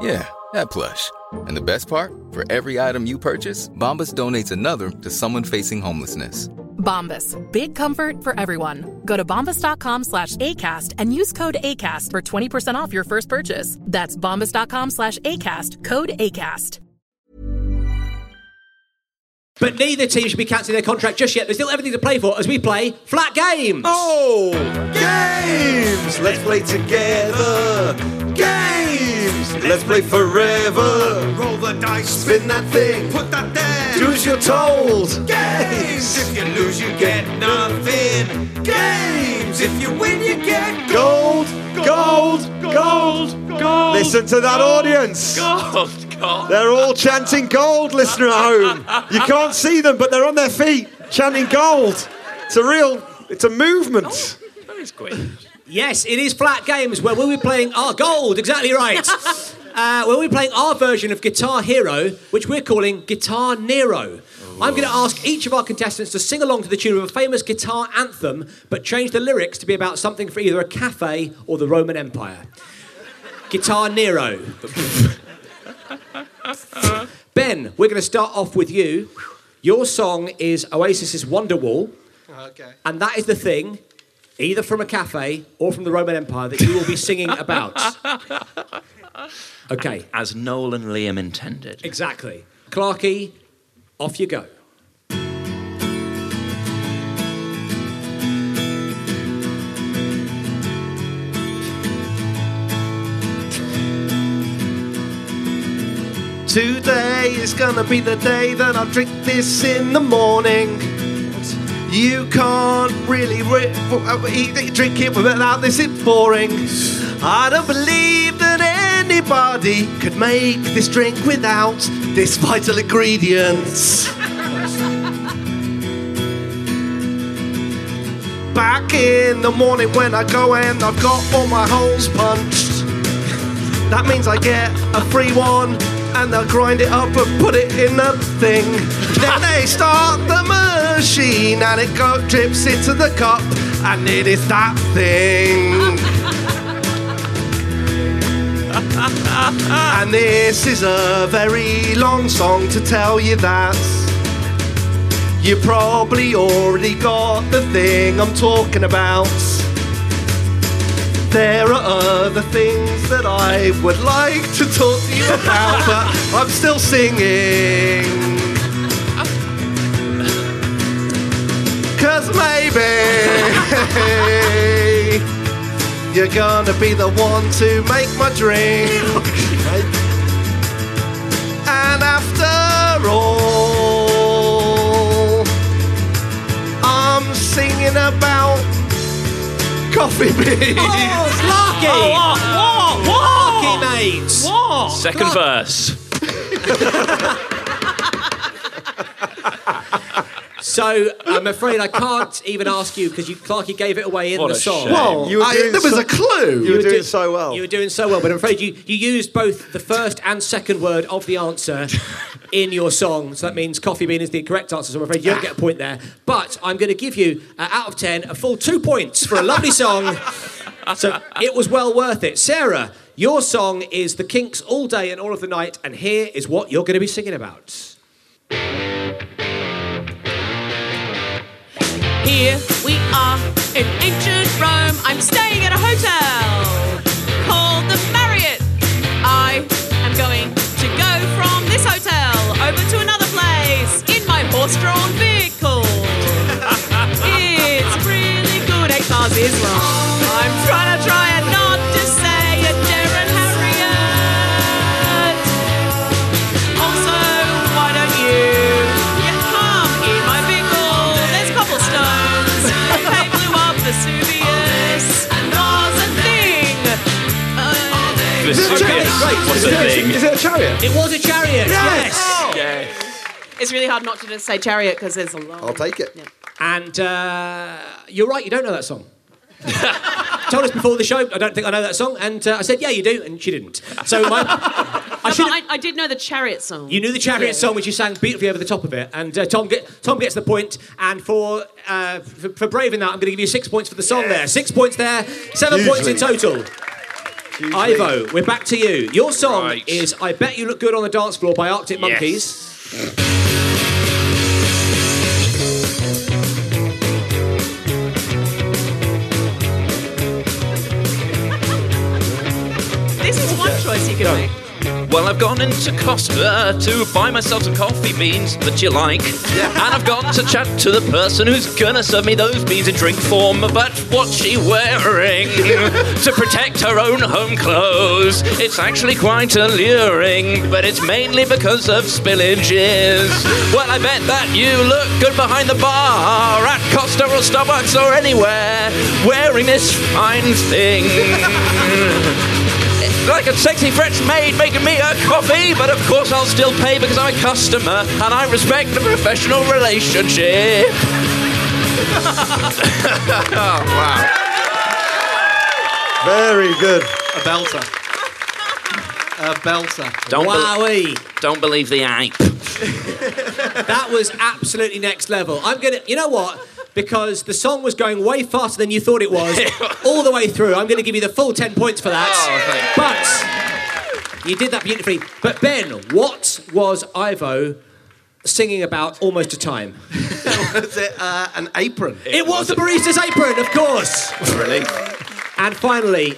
S10: Yeah, that plush. And the best part? For every item you purchase, Bombas donates another to someone facing homelessness.
S11: Bombas. Big comfort for everyone. Go to bombas.com slash ACAST and use code ACAST for 20% off your first purchase. That's bombas.com slash ACAST, code ACAST.
S2: But neither team should be cancelling their contract just yet. There's still everything to play for as we play flat games.
S1: Oh, games! Let's play together. Games! Let's play forever. Roll the dice, spin that thing, put that there. Do as you're told. Games! If you lose, you get nothing. Games! If you win, you get gold. Gold! Gold! Gold! Listen to that audience.
S6: Oh God.
S1: They're all chanting gold, listener at home. You can't see them, but they're on their feet, chanting gold. It's a real, it's a movement.
S6: That is quick.
S2: Yes, it is Flat Games where we'll be playing our gold. Exactly right. Uh, we'll be playing our version of Guitar Hero, which we're calling Guitar Nero. I'm going to ask each of our contestants to sing along to the tune of a famous guitar anthem, but change the lyrics to be about something for either a cafe or the Roman Empire. Guitar Nero. ben, we're going to start off with you. Your song is Oasis's Wonderwall.
S3: Okay.
S2: And that is the thing, either from a cafe or from the Roman Empire, that you will be singing about. Okay.
S6: As Noel and Liam intended.
S2: Exactly. Clarky, off you go.
S3: Today is gonna be the day that I'll drink this in the morning. You can't really re- uh, eat, eat- drink it without this, it's boring. I don't believe that anybody could make this drink without this vital ingredient. Back in the morning when I go and I've got all my holes punched. That means I get a free one and they'll grind it up and put it in a thing. then they start the machine and it go- drips into the cup and it is that thing. and this is a very long song to tell you that. You probably already got the thing I'm talking about. There are other things that I would like to talk to you about, <laughs> but I'm still singing. Cause maybe <laughs> you're gonna be the one to make my drink. And after all, I'm singing about coffee beans.
S2: Oh, it's Larky!
S3: Oh, what? What?
S2: Larky, mate!
S3: What?
S6: Second
S2: Clark-
S6: verse.
S2: So I'm afraid I can't even ask you because you, Clarky, gave it away in
S1: What
S2: the
S1: a
S2: song.
S1: shame. Well, You were I- doing there was so- a clue. you were doing so well.
S2: You were doing so well, but I'm afraid you, you used both the first and second word of the
S1: <laughs>
S2: answer in your song. So that means coffee bean is the correct answer. So I'm afraid you don't get a point there. But I'm going to give you uh, out of ten a full two points for a
S1: <laughs>
S2: lovely song. so it was well worth it, Sarah. Your song is The Kinks All Day and All of the Night, and here is what you're going to be singing about.
S5: Here we are in ancient Rome. I'm staying at a hotel called the Marriott. I am going to go from this hotel over to another place in my horse drawn vehicle. it's really good at cars is wrong. I'm trying to try and not to say a Darren Harriet. Also, why don't you get calm in my vehicle? There's cobblestones. <laughs> they blew up Vesuvius. And there's a thing. Uh,
S6: Is it a chariot? Right, What's is the it a- thing? is it a
S1: chariot?
S2: It was a chariot, yes.
S6: Yes.
S5: It's really hard not to just say chariot because there's a lot.
S2: I'll take it. And uh, you're right, you don't know that
S6: <laughs>
S2: song. Told us before the show, I don't think I know that song. And uh, I said, yeah, you do, and she didn't. So
S6: <laughs>
S2: my,
S5: I, no, but I, I did know the chariot song.
S2: you knew the chariot
S5: Yeah.
S2: song, which you sang beautifully over the top of it. And uh, Tom, get, Tom gets the point. And for, uh, for for braving that, I'm going to give you six points for the song there. Six points there, seven
S1: Huge
S2: points in
S1: lead.
S2: total. Ivo, we're back to you. Your song is "I Bet You Look Good on the Dance Floor" by Arctic
S6: Yes.
S2: Monkeys.
S5: This is one choice you can make.
S6: Well, I've gone into Costa to buy myself some coffee beans that you like. And I've gone to chat to the person who's gonna serve me those beans in drink form about what she wearing to protect her own home clothes. It's actually quite alluring, but it's mainly because of spillages. Well, I bet that you look good behind the bar at Costa or Starbucks or anywhere wearing this fine thing. like a sexy French maid making me a coffee, but of course I'll still pay because I'm a customer and I respect the professional relationship.
S3: wow.
S1: Very good.
S3: A belter. A belter.
S6: Don't, bel-
S2: Wowee.
S6: don't believe the <laughs> hype.
S2: that was absolutely next level. I'm gonna, you know what? Because the song was going way faster than you thought it <laughs> was, all the way through. I'm gonna give you the full ten points for that. but Oh, you did that beautifully. But Ben, what was Ivo singing about almost a time?
S3: was it uh, an apron?
S2: It, was, the barista's apron, of course.
S6: Really?
S2: And finally,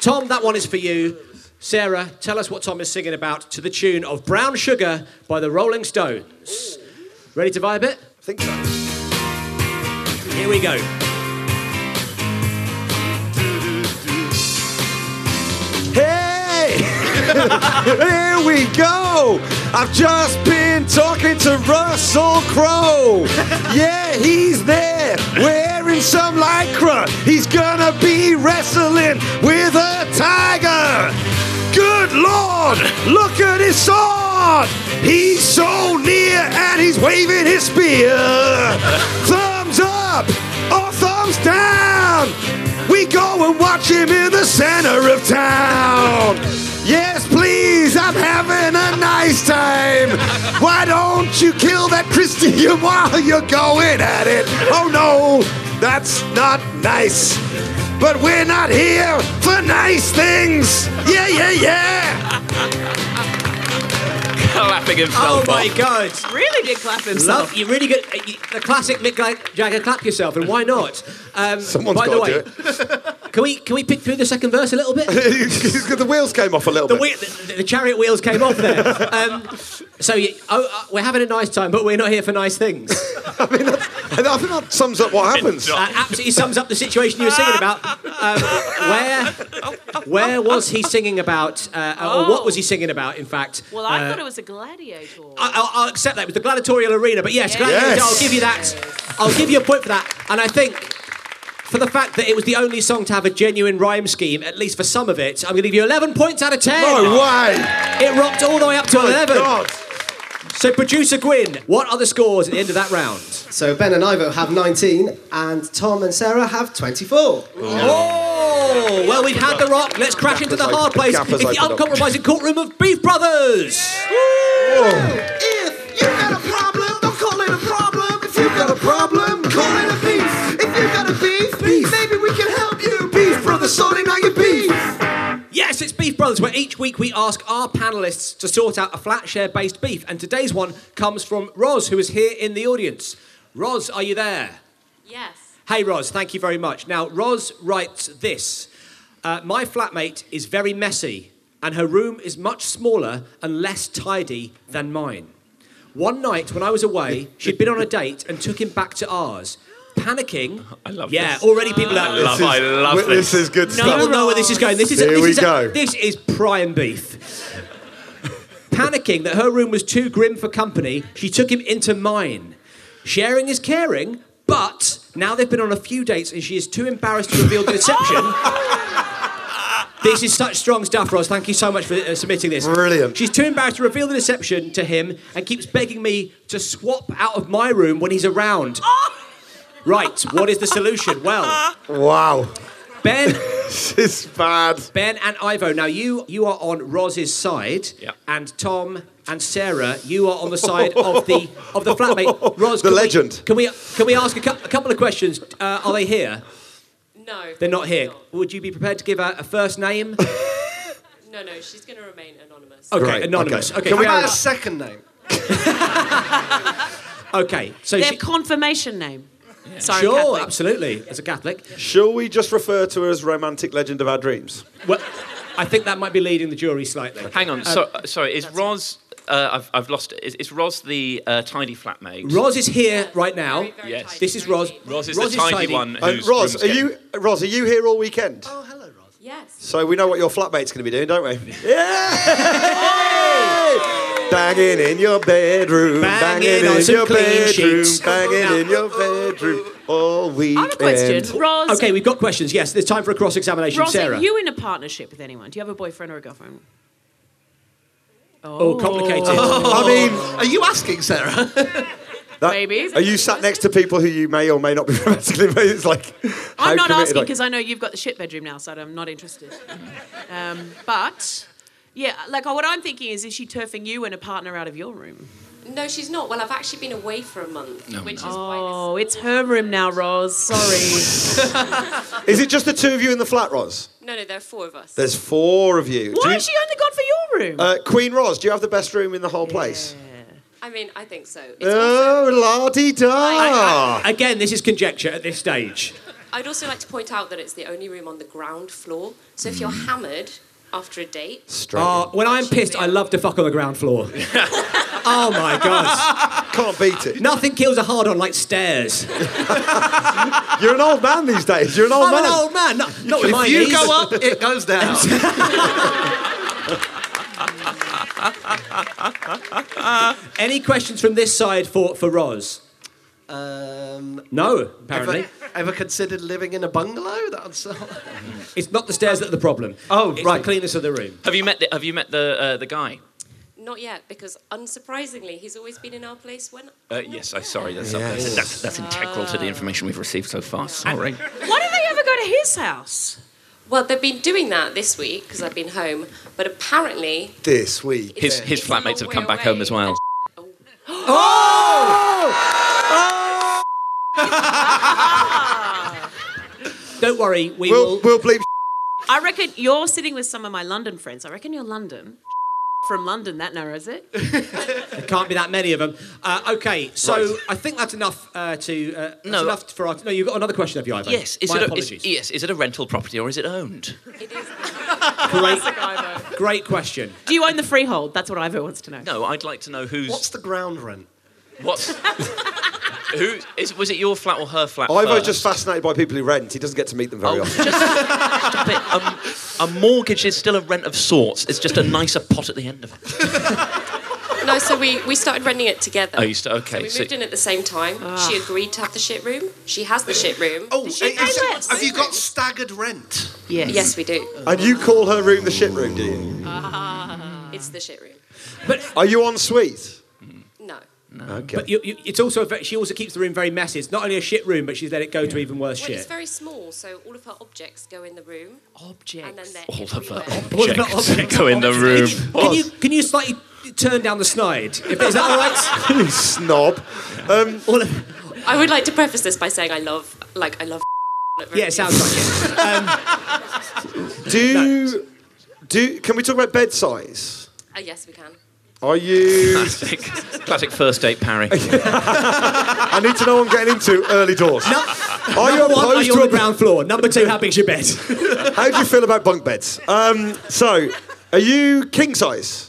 S2: Tom, that one is for you. Sarah, tell us what Tom is singing about to the tune of Brown Sugar by the Rolling Stones. Ready to vibe it? I
S1: think so.
S2: Here we go.
S1: Hey! <laughs> Here we go! I've just been talking to Russell Crowe. Yeah, he's there wearing some lycra. He's gonna be wrestling with a tiger. Good lord! Look at his sword! He's so near and he's waving his spear. Thumbs up or thumbs down! We go and watch him in the center of town. Yes, please, I'm having a nice time. Why don't you kill that Christian while you're going at it? Oh no, that's not nice. But we're not here for nice things. Yeah, yeah, yeah.
S6: Clapping
S2: Oh my God.
S5: Really did clap himself.
S2: Love, you really good. Uh, you- The classic Mick Jag- Jagger clap yourself, and why not? Um,
S1: Someone's
S2: by the
S1: gotta
S2: way,
S1: do
S2: <laughs> Can we can we pick through the second verse a little
S1: <laughs>
S2: bit?
S1: the wheels came off a little
S2: the,
S1: bit.
S2: wheel, the, the chariot wheels came off there.
S1: <laughs>
S2: Um, so you, oh, uh, we're having a nice time, but we're not here for nice things.
S1: And I think that sums up what happens.
S2: That absolutely sums up the situation you were singing about. Um, where, where was he singing about, uh, or what was he singing about? In fact,
S5: Well, I
S2: Uh,
S5: thought it was a gladiator.
S2: I, I'll, I'll accept that. It was the gladiatorial arena, but yes,
S5: Yes.
S2: gladiator,
S5: Yes.
S2: I'll give you that. I'll give you a point for that. And I think for the fact that it was the only song to have a genuine rhyme scheme, at least for some of it, I'm going to give you 11 points out of 10.
S1: No way.
S2: It rocked all the way up to
S9: My
S2: 11.
S9: God.
S2: So, producer Gwyn, what are the scores at the end of that round?
S9: So Ben and Ivo have 19, and Tom and Sarah have 24.
S2: Oh, well, we've had the rock. Let's crash into the
S9: Gaffer's
S2: hard
S9: open-
S2: place.
S9: Gaffer's
S2: It's the
S9: opened up.
S2: uncompromising courtroom of Beef Brothers.
S7: If you got a problem, don't call it a problem. If you got a problem, call it a beef. If you got a beef, beef. maybe we can help you. Beef, brother, sorting out your beef.
S2: Yes, it's Beef Brothers, where each week we ask our panelists to sort out a flat share based beef. And today's one comes from Roz, who is here in the audience. Roz, are you there?
S12: Yes.
S2: Hey, Roz, thank you very much. Now, Roz writes this uh, My flatmate is very messy, and her room is much smaller and less tidy than mine. One night when I was away, she'd been on a date and took him back to ours. Panicking. <laughs> I love yeah,
S6: this.
S2: already people are.
S6: I love- I love
S1: this.
S6: this.
S1: This is good
S2: No
S1: stuff.
S2: one know where this is going. This is
S1: Here
S2: this
S1: we
S2: is
S1: go.
S2: this is prime beef. Panicking that her room was too grim for company, she took him into mine. Sharing is caring, but now they've been on a few dates and she is too embarrassed to reveal
S1: <laughs>
S2: the deception. This is such strong stuff, Roz. Thank you so much for uh, submitting this. Brilliant. She's too embarrassed to reveal the deception to him and keeps begging me to swap out of my room when
S1: <laughs>
S2: he's around. right, what is the solution? Well,
S1: Wow.
S2: Ben.
S1: this is bad.
S2: Ben and Ivo, now you you are on Roz's side, and Tom and Sarah, you are on the side of the of the flatmate. Roz,
S1: The
S2: can we-
S1: legend.
S2: can we can we ask a, cou- a couple of questions? Uh, are they here?
S12: No.
S2: They're not here. Would you be prepared to give a, a first name?
S12: No, no, she's going to remain anonymous.
S2: Okay, anonymous. Okay,
S3: Can we
S2: fair
S3: get a
S2: enough.
S3: second name?
S2: Okay, so
S5: Their
S2: she,
S5: confirmation name. Sorry,
S2: sure,
S5: Catholic.
S2: absolutely. As a Catholic,
S1: Shall we just refer to her as romantic legend of our dreams?
S2: well, I think that might be leading the jury slightly.
S6: Hang on, so, uh, sorry, is Roz. Uh, I've, I've lost it. Is, is Roz the uh, tidy flatmate?
S2: Roz is here right now.
S6: Yes.
S2: This is Roz.
S6: Roz is the tidy one
S1: Uh,
S6: whose
S1: Roz,
S6: room's
S1: are
S6: getting-
S1: you Roz? Are you here all weekend?
S12: Yes.
S1: So we know what your flatmate's going to be doing, don't we? Yeah. Banging in your bedroom,
S7: Banging
S1: banging,
S7: on
S1: in
S7: some
S1: your
S7: clean
S1: bedroom,
S7: sheets.
S1: banging in your bedroom all weekend.
S5: Roz-
S2: Okay, we've got questions. Yes, there's time for a cross examination.
S5: Ross,
S2: Sarah.
S5: are you in a partnership with anyone? Do you have a boyfriend or a girlfriend?
S2: Oh,
S3: <laughs>
S2: complicated.
S1: I mean,
S3: are you asking, Sarah?
S5: Maybe.
S1: Are you sat next to people who you may or may not be <laughs> romantically? married? It's like how
S5: I'm not
S1: committed
S5: asking
S1: are you?
S5: because I know you've got the shit bedroom now, so I'm not interested. um, but yeah, like what I'm thinking is, is she turfing you and a partner out of your room?
S12: No, she's not. Well, I've actually been away for a month, which is
S5: Oh, it's her room now, Roz. Sorry.
S1: Is it just the two of you in the flat, Roz?
S12: no, no. There are four of us.
S1: There's four of you.
S12: Why
S1: Do you-
S12: has she only gone for your room?
S1: Uh, Queen Roz, do you have the best room in the whole place?
S12: I mean, I think so. It's
S1: Oh, la di da.
S2: Again, this is conjecture at this stage.
S12: I'd also like to point out that it's the only room on the ground floor. So if you're hammered after a date,
S2: Uh, when I'm pissed, I love to fuck on the ground
S3: <laughs>
S2: floor. oh my god.
S1: Can't beat it.
S2: Nothing kills a hard on like stairs.
S1: You're an old man these days. You're an old
S2: I'm
S1: man.
S2: an old man. Not, not with
S3: if
S2: my
S3: you
S2: knees.
S3: go up, it goes
S7: <laughs>
S3: down.
S2: Any questions from this side for, for Roz?
S3: Um,
S2: No, apparently.
S3: Ever, ever considered living in a bungalow? That's
S2: It's not the stairs that are the problem. Oh, it's right. The cleanness of the room.
S6: Have you met the, Have you met the uh, the guy?
S12: not yet, because unsurprisingly, he's always been in our place when.
S6: Uh, yes, I sorry. That's up
S12: Yes.
S6: there. that's, that's integral to the information we've received so far. Sorry.
S12: Why don't they ever go to his house? Well, they've been doing that this week because I've been home, but apparently.
S1: This week.
S6: His his flatmates have come back home as well.
S1: Oh!
S5: Ah!
S2: Don't worry, we
S1: We'll- We'll
S2: will.
S1: bleep.
S5: I reckon you're sitting with some of my London friends. I reckon you're London. From London, that narrows it.
S2: There can't be that many of them. Uh, okay, so I think that's enough uh, to. Uh, that's
S6: No.
S2: enough for our. No, you've got another question, have you, Ivan?
S6: <laughs> Yes. Is
S2: My
S6: it a,
S2: apologies.
S6: is, yes. Is it a rental property or is it owned?
S2: Great, great question.
S5: Do you own the freehold? That's what Ivo wants to know.
S6: No, I'd like to know who's.
S3: What's the ground rent?
S6: What's who is? Was it your flat or her flat?
S1: Ivo's
S6: first?
S1: just fascinated by people who rent. He doesn't get to meet them very often.
S6: Um, a mortgage is still a rent of sorts. It's just a nicer pot at the end of it.
S12: No, so we, we started renting it together.
S6: Oh, you st- okay,
S12: So we
S6: so-
S12: moved in at the same time. She
S5: Ah.
S12: agreed to have the shit room. She has the shit room. Oh,
S3: eh, have you got staggered rent?
S12: Yes. Yes, we do.
S1: And you call her room the shit room, do you?
S12: It's the shit room.
S1: Are you en <laughs> suite?
S12: No.
S1: Okay.
S2: But you, you, it's also a ve- she also keeps the room very messy. It's not only a shit room, but she's let it go to even worse
S12: Well,
S2: shit.
S12: it's very small, so all of her objects go in the room. Objects. And then they're
S6: All of her
S2: Well, not
S6: objects
S2: objects.
S6: go in the room.
S2: Can you can you slightly turn down the snide? If, is that
S6: <laughs>
S2: all right?
S1: Snob. Um,
S12: I would like to preface this by saying I love, like, I love. <laughs>
S2: Yeah, it sounds like
S12: it.
S1: do do? Can we talk about bed size?
S12: Uh, yes, we can.
S1: Are you?
S6: Classic, classic first date parry.
S1: I need to know what I'm getting into early doors. Are you
S2: Number one, are
S1: opposed
S2: you
S1: to
S2: on
S1: a
S2: the ground floor? Number two, how big's your
S6: <laughs>
S2: bed?
S1: How do you feel about bunk beds? Um, so, are you king size?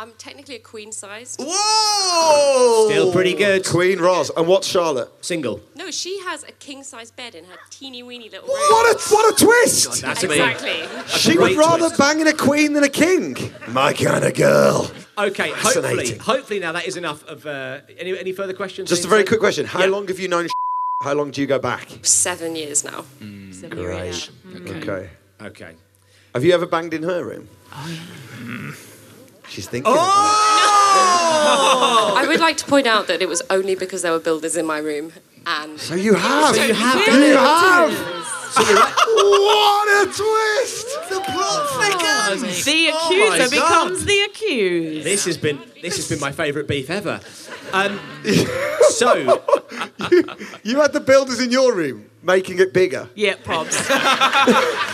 S12: I'm technically a queen size.
S1: Whoa!
S2: Still pretty good.
S1: Queen Roz. And what's Charlotte?
S2: Single.
S12: No, she has a king size bed in her teeny weeny little room.
S1: What a what a twist!
S12: That's exactly.
S1: She would rather bang in a queen than a king. My kind of girl.
S2: Okay, hopefully,
S1: Fascinating.
S2: hopefully now that is enough of uh, any any further questions.
S1: Just a very quick question. How long have you known? How long do you go back?
S12: Seven years now.
S1: Great. Okay.
S2: Okay.
S1: Have you ever banged in her room? She's thinking.
S12: I would like to point out that it was only because there were builders in my room, and
S1: <laughs> So you have.
S12: So you have
S1: You
S12: done it.
S1: have. <laughs> what a twist! Oh. The plot
S5: thickens. The accuser becomes the accused.
S2: This has been this has been my favourite beef ever.
S1: <laughs>
S2: Um, so
S1: You had the builders in your room making it bigger.
S5: Yeah, props.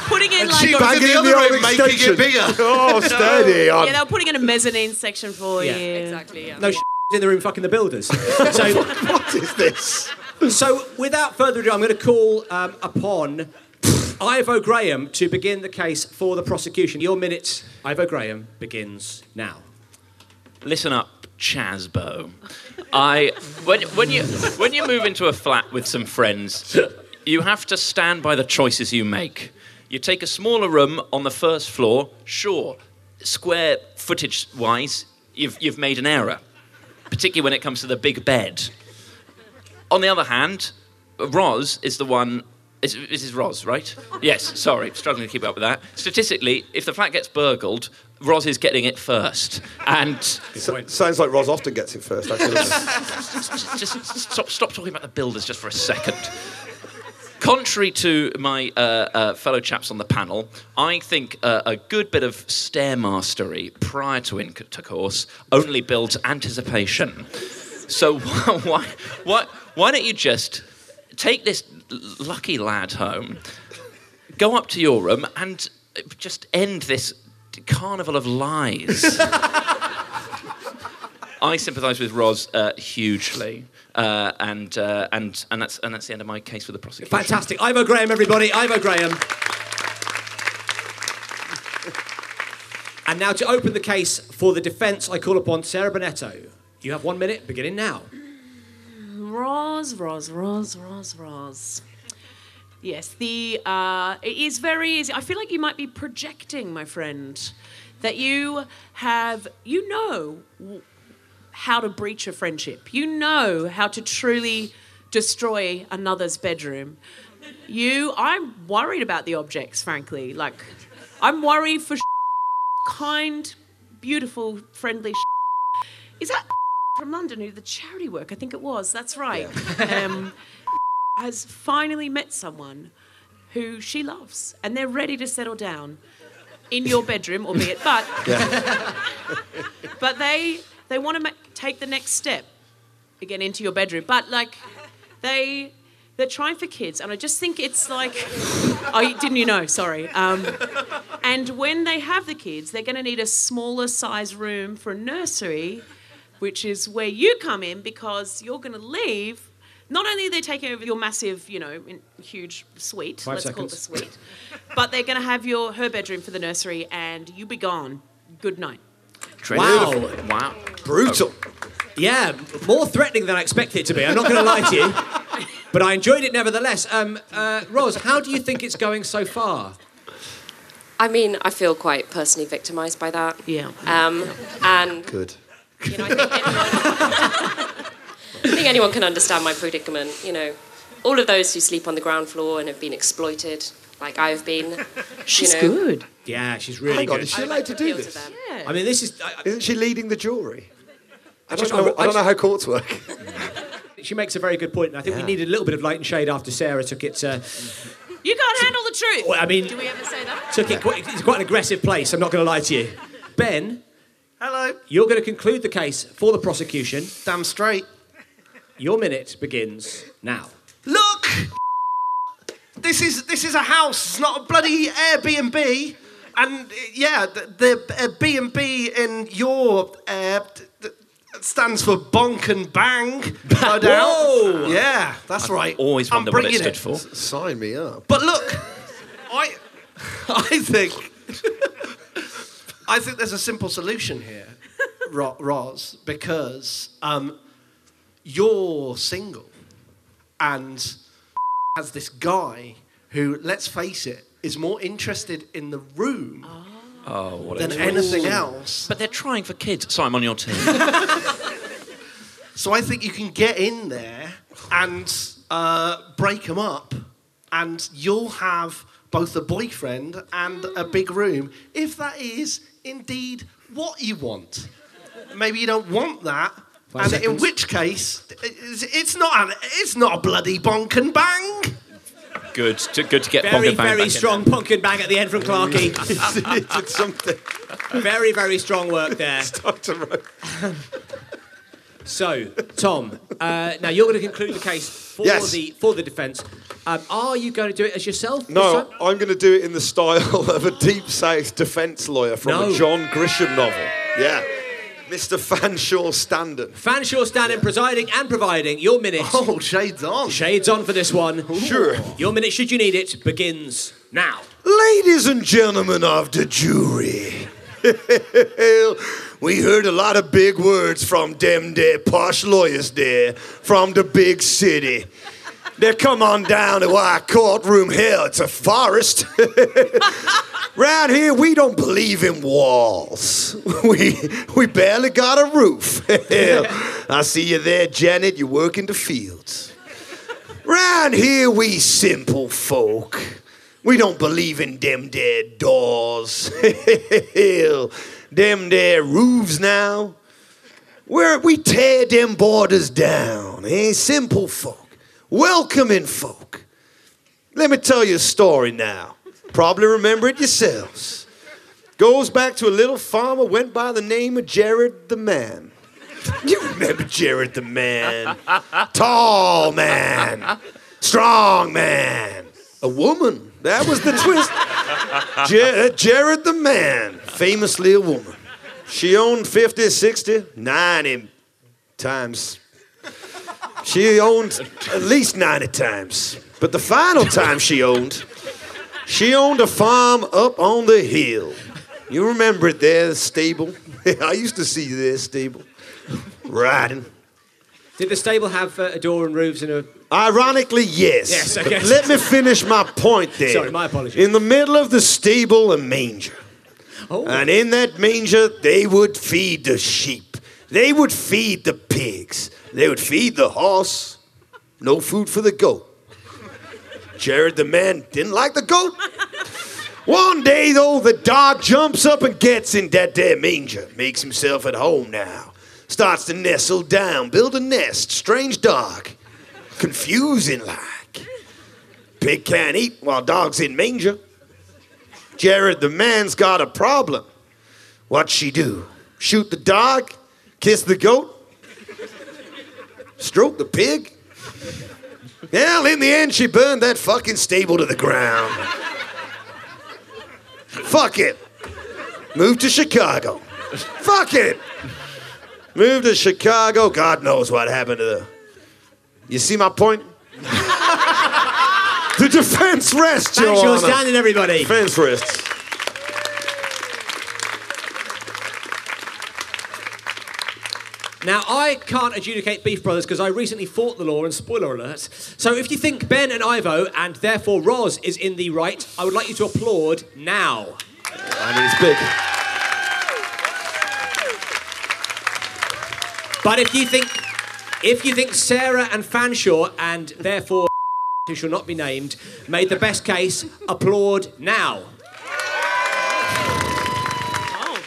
S5: putting in
S1: And
S5: like
S1: she
S5: a-
S1: banging in the old extension. Oh, steady
S5: Yeah,
S1: on.
S5: they were putting in a mezzanine section for
S2: Yeah.
S5: you. Exactly. Yeah.
S2: no sh- in the room fucking the builders. So
S1: <laughs> what is this?
S2: So without further ado, I'm going to call um, upon Ivo Graham to begin the case for the prosecution. Your minute, Ivo Graham, begins now.
S6: Listen up, Chasbo. I when when you when you move into a flat with some friends, you have to stand by the choices you make. You take a smaller room on the first floor, sure, square footage wise, you've, you've made an error, particularly when it comes to the big bed. On the other hand, Roz is the one. Is, this is Roz, right? Yes, sorry, struggling to keep up with that. Statistically, if the flat gets burgled, Roz is getting it first. And.
S1: sounds like Roz often gets it first, actually.
S6: just stop, stop talking about the builders just for a second. Contrary to my uh, uh, fellow chaps on the panel, I think uh, a good bit of stairmastery prior to intercourse only builds anticipation. So <laughs> why, why, why don't you just take this l- lucky lad home, go up to your room, and just end this carnival of lies? <laughs> I sympathise with Roz uh, hugely, uh, and uh, and and that's and that's the end of my case with the prosecution.
S2: Fantastic. Ivo Graham, everybody. Ivo Graham. And now to open the case for the defence, I call upon Sarah Bonetto. You have one minute, beginning now.
S5: Roz, Roz, Roz, Roz, Roz. Yes, the uh, it is very easy. I feel like you might be projecting, my friend, that you have you know w- how to breach a friendship. You know how to truly destroy another's bedroom. You, I'm worried about the objects, frankly. Like, I'm worried for kind, beautiful, friendly. Is that <laughs> from London who the charity work? I think it was. That's right. <laughs> um, has finally met someone who she loves, and they're ready to settle down in your bedroom, albeit, but but they they want to ma- take the next step again into your bedroom. But like they they're trying for kids, and I just think it's like oh, you- didn't you know? Sorry. Um, and when they have the kids, they're going to need a smaller size room for a nursery, which is where you come in because you're going to leave. Not only are they taking over your massive, you know, in- huge suite,
S4: Five
S5: let's call it the
S4: seconds.
S5: suite, but they're going to have your her bedroom for the nursery, and you be gone. Good night.
S2: Wow.
S6: Wow.
S2: Brutal. Yeah, more threatening than I expected it to be. I'm not going to lie to you. <laughs> But I enjoyed it nevertheless. Um, uh, Roz, how do you think it's going so far?
S12: I mean, I feel quite personally victimised by that.
S5: Yeah.
S12: Um, and
S1: Good.
S12: <laughs> I think anyone can understand my predicament. You know, all of those who sleep on the ground floor and have been exploited, like I've been. you know,
S2: Yeah, she's really
S1: Hang on,
S2: good.
S1: is she allowed to do this?
S2: I mean, this is. <laughs>
S1: Isn't she leading the jury? I don't,
S2: just-
S1: know, I
S2: I- I
S1: don't know
S2: just-
S1: how courts work.
S2: She makes a very good point, and I think we needed a little bit of light and shade after Sarah took it. Uh,
S5: You can't handle the truth.
S2: Well, uh, I mean-
S5: do we ever say that?
S2: took it quite, it's quite an aggressive place. I'm not going to lie to you. Ben, hello. You're going to conclude the case for the prosecution. Damn straight. Your minute begins now.
S3: Look! This is this is a house. It's not a bloody Airbnb. And uh, yeah, the, the uh, B&B in your uh, d- d- stands for bonk and bang, no doubt.
S1: Whoa!
S3: Yeah, that's right. I'm bringing it.
S1: S- Sign me up.
S3: But look, I, I think, I think there's a simple solution here, Ro- Roz, because um, you're single, and has this guy who, let's face it, is more interested in the room.
S6: Oh, what
S3: Than anything else.
S6: But they're trying for kids. Sorry, I'm on your team.
S3: So I think you can get in there and uh, break them up, and you'll have both a boyfriend and a big room, if that is indeed what you want. Maybe you don't want that,
S13: Five
S3: and in
S13: seconds.
S3: which case, it's, it's not an, it's not a bloody bonk and bang.
S6: <laughs> good, to, good to get
S2: very,
S6: Bonga Bang back
S2: very
S6: in
S2: strong pumpkin bang at the end from Clarky.
S6: <laughs>
S1: something.
S2: Very, very strong work there. so, Tom, uh, now you're going to conclude the case for
S1: Yes.
S2: the for the defence. Um, are you going to do it as yourself?
S1: No, I'm going to do it in the style <laughs> of a Deep South defence lawyer from a
S2: No.
S1: John Grisham novel. Yeah. Mr. Fanshawe Standen.
S2: Fanshawe standing, presiding and providing. Your minute.
S3: Oh, shades on.
S2: Shades on for this one. Sure. Your minute, should you need it, begins now.
S1: Ladies and gentlemen of the jury, <laughs> we heard a lot of big words from them there posh lawyers there from the big city. Now come on down to our courtroom here. It's a forest. Round here, we don't believe in walls. <laughs> We we barely got a roof. <laughs> I see you there, Janet. You work in the fields. Round here, we simple folk. We don't believe in them there doors. <laughs> them there roofs now. Where we tear them borders down, eh? Simple folk, welcoming folk. Let me tell you a story now. Probably remember it yourselves. Goes back to a little farmer went by the name of Jared the Man. <laughs> You remember Jared the Man? Tall man, strong man, a woman. That was the twist. Jer- Jared the Man, famously a woman. She owned 50, 60, 90 times. She owned at least 90 times. But the final time she owned, she owned a farm up on the hill. You remember it there, the stable? <laughs> I used to see you there, stable. Riding.
S2: Did the stable have uh, a door and roofs and a.
S1: Ironically, yes.
S2: Yes,
S1: But
S2: okay.
S1: let me finish my point there.
S2: Sorry, my apologies.
S1: In the middle of the stable, a manger.
S2: Oh.
S1: And in that manger, they would feed the sheep. They would feed the pigs. They would feed the horse. No food for the goat. Jared the man didn't like the goat. One day, though, the dog jumps up and gets in that there manger, makes himself at home now. Starts to nestle down, build a nest. Strange dog. Confusing like. Pig can't eat while dog's in manger. Jared, the man's got a problem. What she do? Shoot the dog? Kiss the goat? Stroke the pig? Well, in the end, she burned that fucking stable to the ground. Fuck it. Moved to Chicago. Fuck it. Moved to Chicago. God knows what happened to the. You see my point? <laughs> the defense rests, Your
S2: Thanks for
S1: Honor.
S2: standing, everybody.
S1: Defense rests.
S2: Now, I can't adjudicate Beef Brothers because I recently fought the law, and spoiler alert. So, if you think Ben and Ivo, and therefore Roz, is in the right, I would like you to applaud now.
S1: I mean, it's big.
S2: But if you think, if you think Sarah and Fanshawe, and therefore <laughs> who shall not be named, made the best case, applaud now.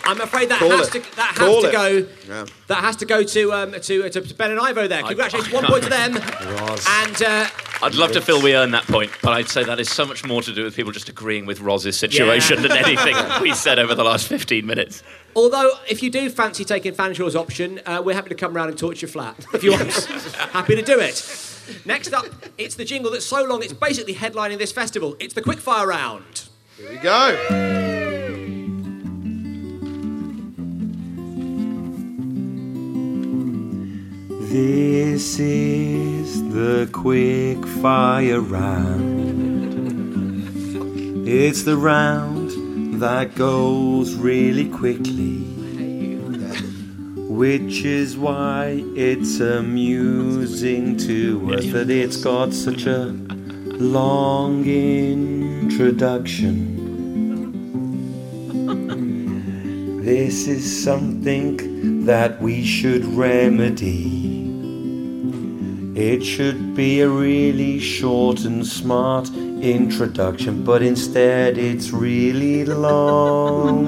S2: I'm afraid that
S1: Call
S2: has
S1: it.
S2: to that has
S1: Call
S2: to
S1: it.
S2: go.
S1: Yeah.
S2: That has to go to um, to, to Ben and Ivo there. Congratulations, one point
S1: <laughs>
S2: to them. And uh,
S6: I'd love to feel we earn that point, but I'd say that is so much more to do with people just agreeing with Roz's situation
S2: Yeah.
S6: than anything we said over the last 15 minutes.
S2: Although, if you do fancy taking Fanshawe's option, uh, we're happy to come round and torch your flat. If you
S1: <laughs>
S2: want, happy to do it. Next up, it's the jingle that's so long it's basically headlining this festival. It's the quickfire round.
S1: Here we go.
S4: This is the quick fire round. It's the round that goes really quickly, which is why it's amusing to us that it's got such a long introduction. This is something that we should remedy. It should be a really short and smart introduction, but instead it's really long.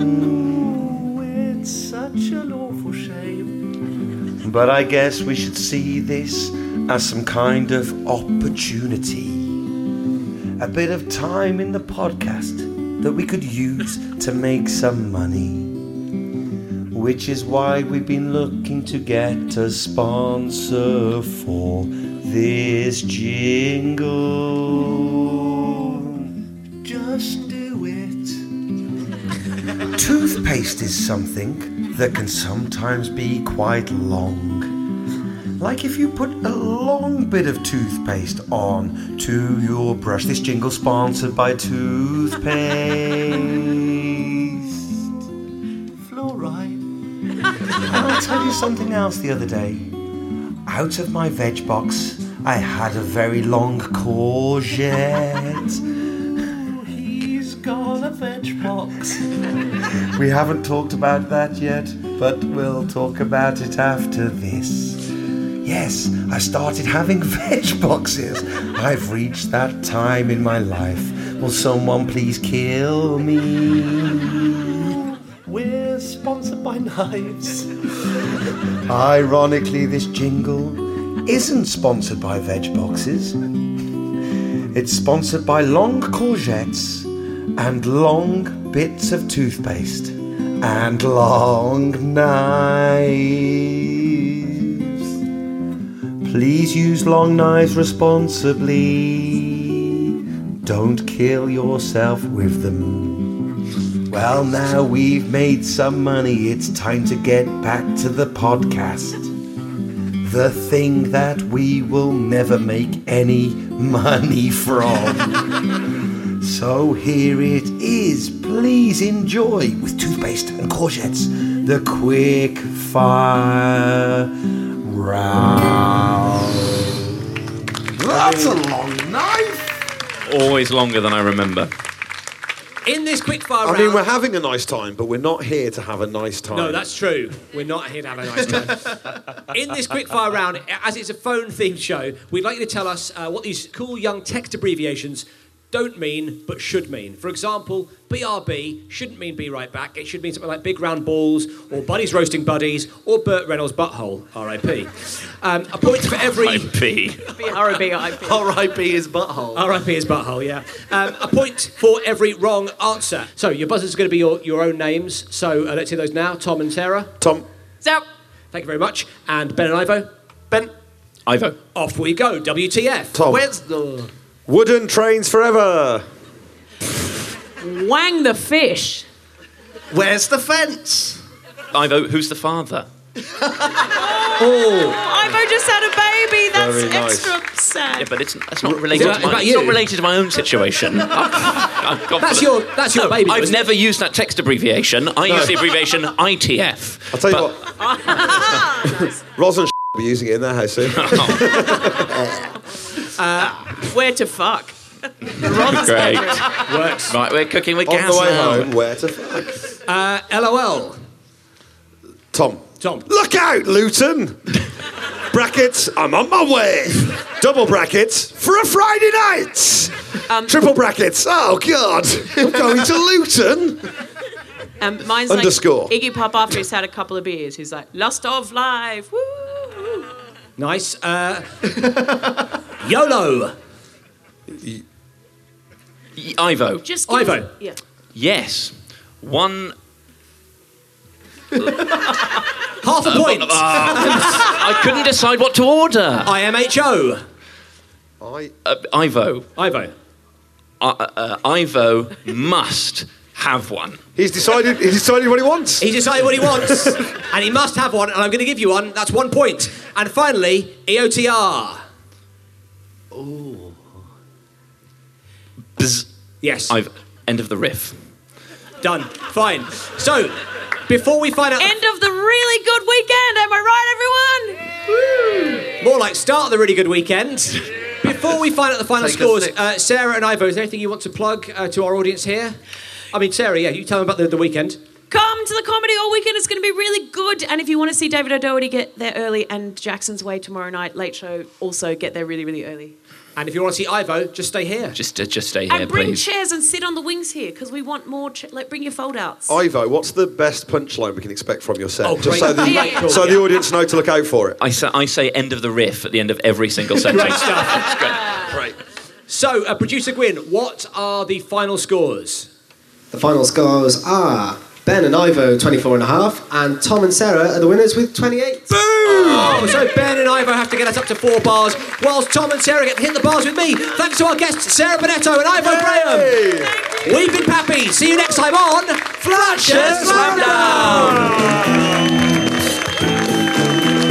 S7: It's such an awful shame.
S4: But I guess we should see this as some kind of opportunity. A bit of time in the podcast that we could use to make some money. Which is why we've been looking to get a sponsor for this jingle.
S7: Just do
S2: <laughs>
S7: it.
S4: Toothpaste is something that can sometimes be quite long. Like if you put a long bit of toothpaste on to your brush. This jingle sponsored by toothpaste.
S7: Fluoride.
S4: And I'll tell you something else the other day. Out of my veg box, I had a very long courgette.
S14: He's got a fetch box.
S4: We haven't talked about that yet, but we'll talk about it after this. Yes, I started having <laughs> veg boxes. I've reached that time in my life. Will someone please kill me?
S14: We're sponsored by knives.
S4: Ironically, this jingle isn't sponsored by veg boxes. It's sponsored by long courgettes and long bits of toothpaste and long knives. Please use long knives responsibly. Don't kill yourself with them. Well, now we've made some money, it's time to get back to the podcast. The thing that we will never make any money from. so here it is. Please enjoy with toothpaste and courgettes the quick fire round.
S3: That's a long knife.
S6: Always longer than I remember.
S2: In this
S1: I
S2: quickfire round.
S1: mean, we're having a nice time, but we're not here to have a nice time.
S2: No, that's true. We're not here to have a nice time. In this quickfire round, as it's a phone themed show, we'd like you to tell us uh, what these cool young text abbreviations don't mean but should mean. For example, BRB shouldn't mean be right back. It should mean something like big round balls, or buddies roasting buddies, or Burt Reynolds butthole. R.I.P. Um, a point for
S6: <laughs>
S2: every.
S6: R.I.P.
S2: R.I.P. R.I.P. is butthole. R.I.P. is butthole. Yeah. Um, a point for every wrong answer. So your buzzers are going to be your, your own names. So uh, let's hear those now. Tom and Sarah.
S1: Tom.
S5: Zap.
S2: Thank you very much. And Ben and Ivo. Ben.
S6: Ivo.
S2: Off we go. WTF.
S4: Oh.
S1: Tom.
S2: Where's the
S1: Wooden trains forever.
S5: Wang the fish.
S3: Where's the fence?
S6: Ivo, who's the father?
S2: oh.
S5: Ivo just had a baby. That's
S6: Very nice.
S5: extra sad.
S6: Yeah, but it's, it's not related.
S2: that
S6: to my,
S2: about
S6: it's not
S2: you?
S6: related to my
S2: <laughs>
S6: own situation. I've, I've gone for
S2: That's
S6: the-
S2: your- that's your
S6: No,
S2: baby,
S6: I've
S2: wasn't
S6: never used that text abbreviation. I use the abbreviation ITF.
S1: I'll tell you what.
S2: <laughs>
S1: Ros and <laughs> will be using it in their house soon.
S5: Uh, where to fuck?
S6: Great. Works. <laughs> Right, we're cooking with
S1: On
S6: gas
S1: the way
S6: now.
S1: home, where to fuck?
S2: Uh, LOL.
S1: Tom.
S2: Tom.
S1: Look out, Luton! brackets, I'm on my way. Double brackets, for a Friday night! Triple brackets, oh God, I'm going to Luton!
S5: Um, mine's
S1: Underscore.
S5: like Iggy Pop after he's had a couple of beers. He's like, lust of life. Woo.
S2: Nice. Uh, YOLO.
S6: Y- Ivo.
S5: Just give us- Yeah.
S6: Yes. One.
S2: Half
S6: Uh,
S2: a point.
S6: I couldn't decide what to order.
S2: IMHO.
S1: I.
S6: Uh, Ivo.
S2: Ivo.
S6: Uh, uh, Ivo must have one.
S1: He's decided, he's decided what he wants.
S2: He decided what he wants, <laughs> and he must have one, and I'm going to give you one. That's one point. And finally, E EOTR.
S6: Ooh. Bzz.
S2: Yes.
S6: I've end of the riff.
S2: Done. Fine. So, before we find out.
S5: End of the really good weekend. Am I right, everyone? Woo.
S2: More like start the really good weekend. Before we find out the final
S3: Take a
S2: scores,
S3: sip.
S2: uh, Sarah and Ivo, is there anything you want to plug uh, to our audience here? I mean, Sarah, yeah, you tell them about the, the weekend.
S5: Come to the comedy all weekend. It's going to be really good. And if you want to see David O'Doherty, get there early. And Jackson's Way tomorrow night, late show. Also, get there really, really early.
S2: And if you want to see Ivo, just stay here.
S6: Just, uh, just stay
S5: and bring chairs and sit on the wings here because we want more. Cha- like, bring your fold outs.
S1: Ivo, what's the best punchline we can expect from your set?
S5: Oh,
S1: Just
S5: great.
S1: so, the,
S5: Yeah, yeah, yeah.
S1: so the audience know to look out for it.
S6: I say, I say end of the riff at the end of
S2: <laughs>
S6: every single
S2: Great
S6: sentence.
S2: stuff. So, uh, producer Gwyn, what are the final scores?
S9: The final scores are Ben and Ivo, 24 and a half, and Tom and Sarah are the winners with 28.
S2: Oh, so Ben and Ivo have to get us up to four bars, whilst Tom and Sarah get to hit the bars with me. Thanks to our guests, Sarah Bonetto and Ivo Graham. We've been Pappy. See you next time on Flatshare Slamdown.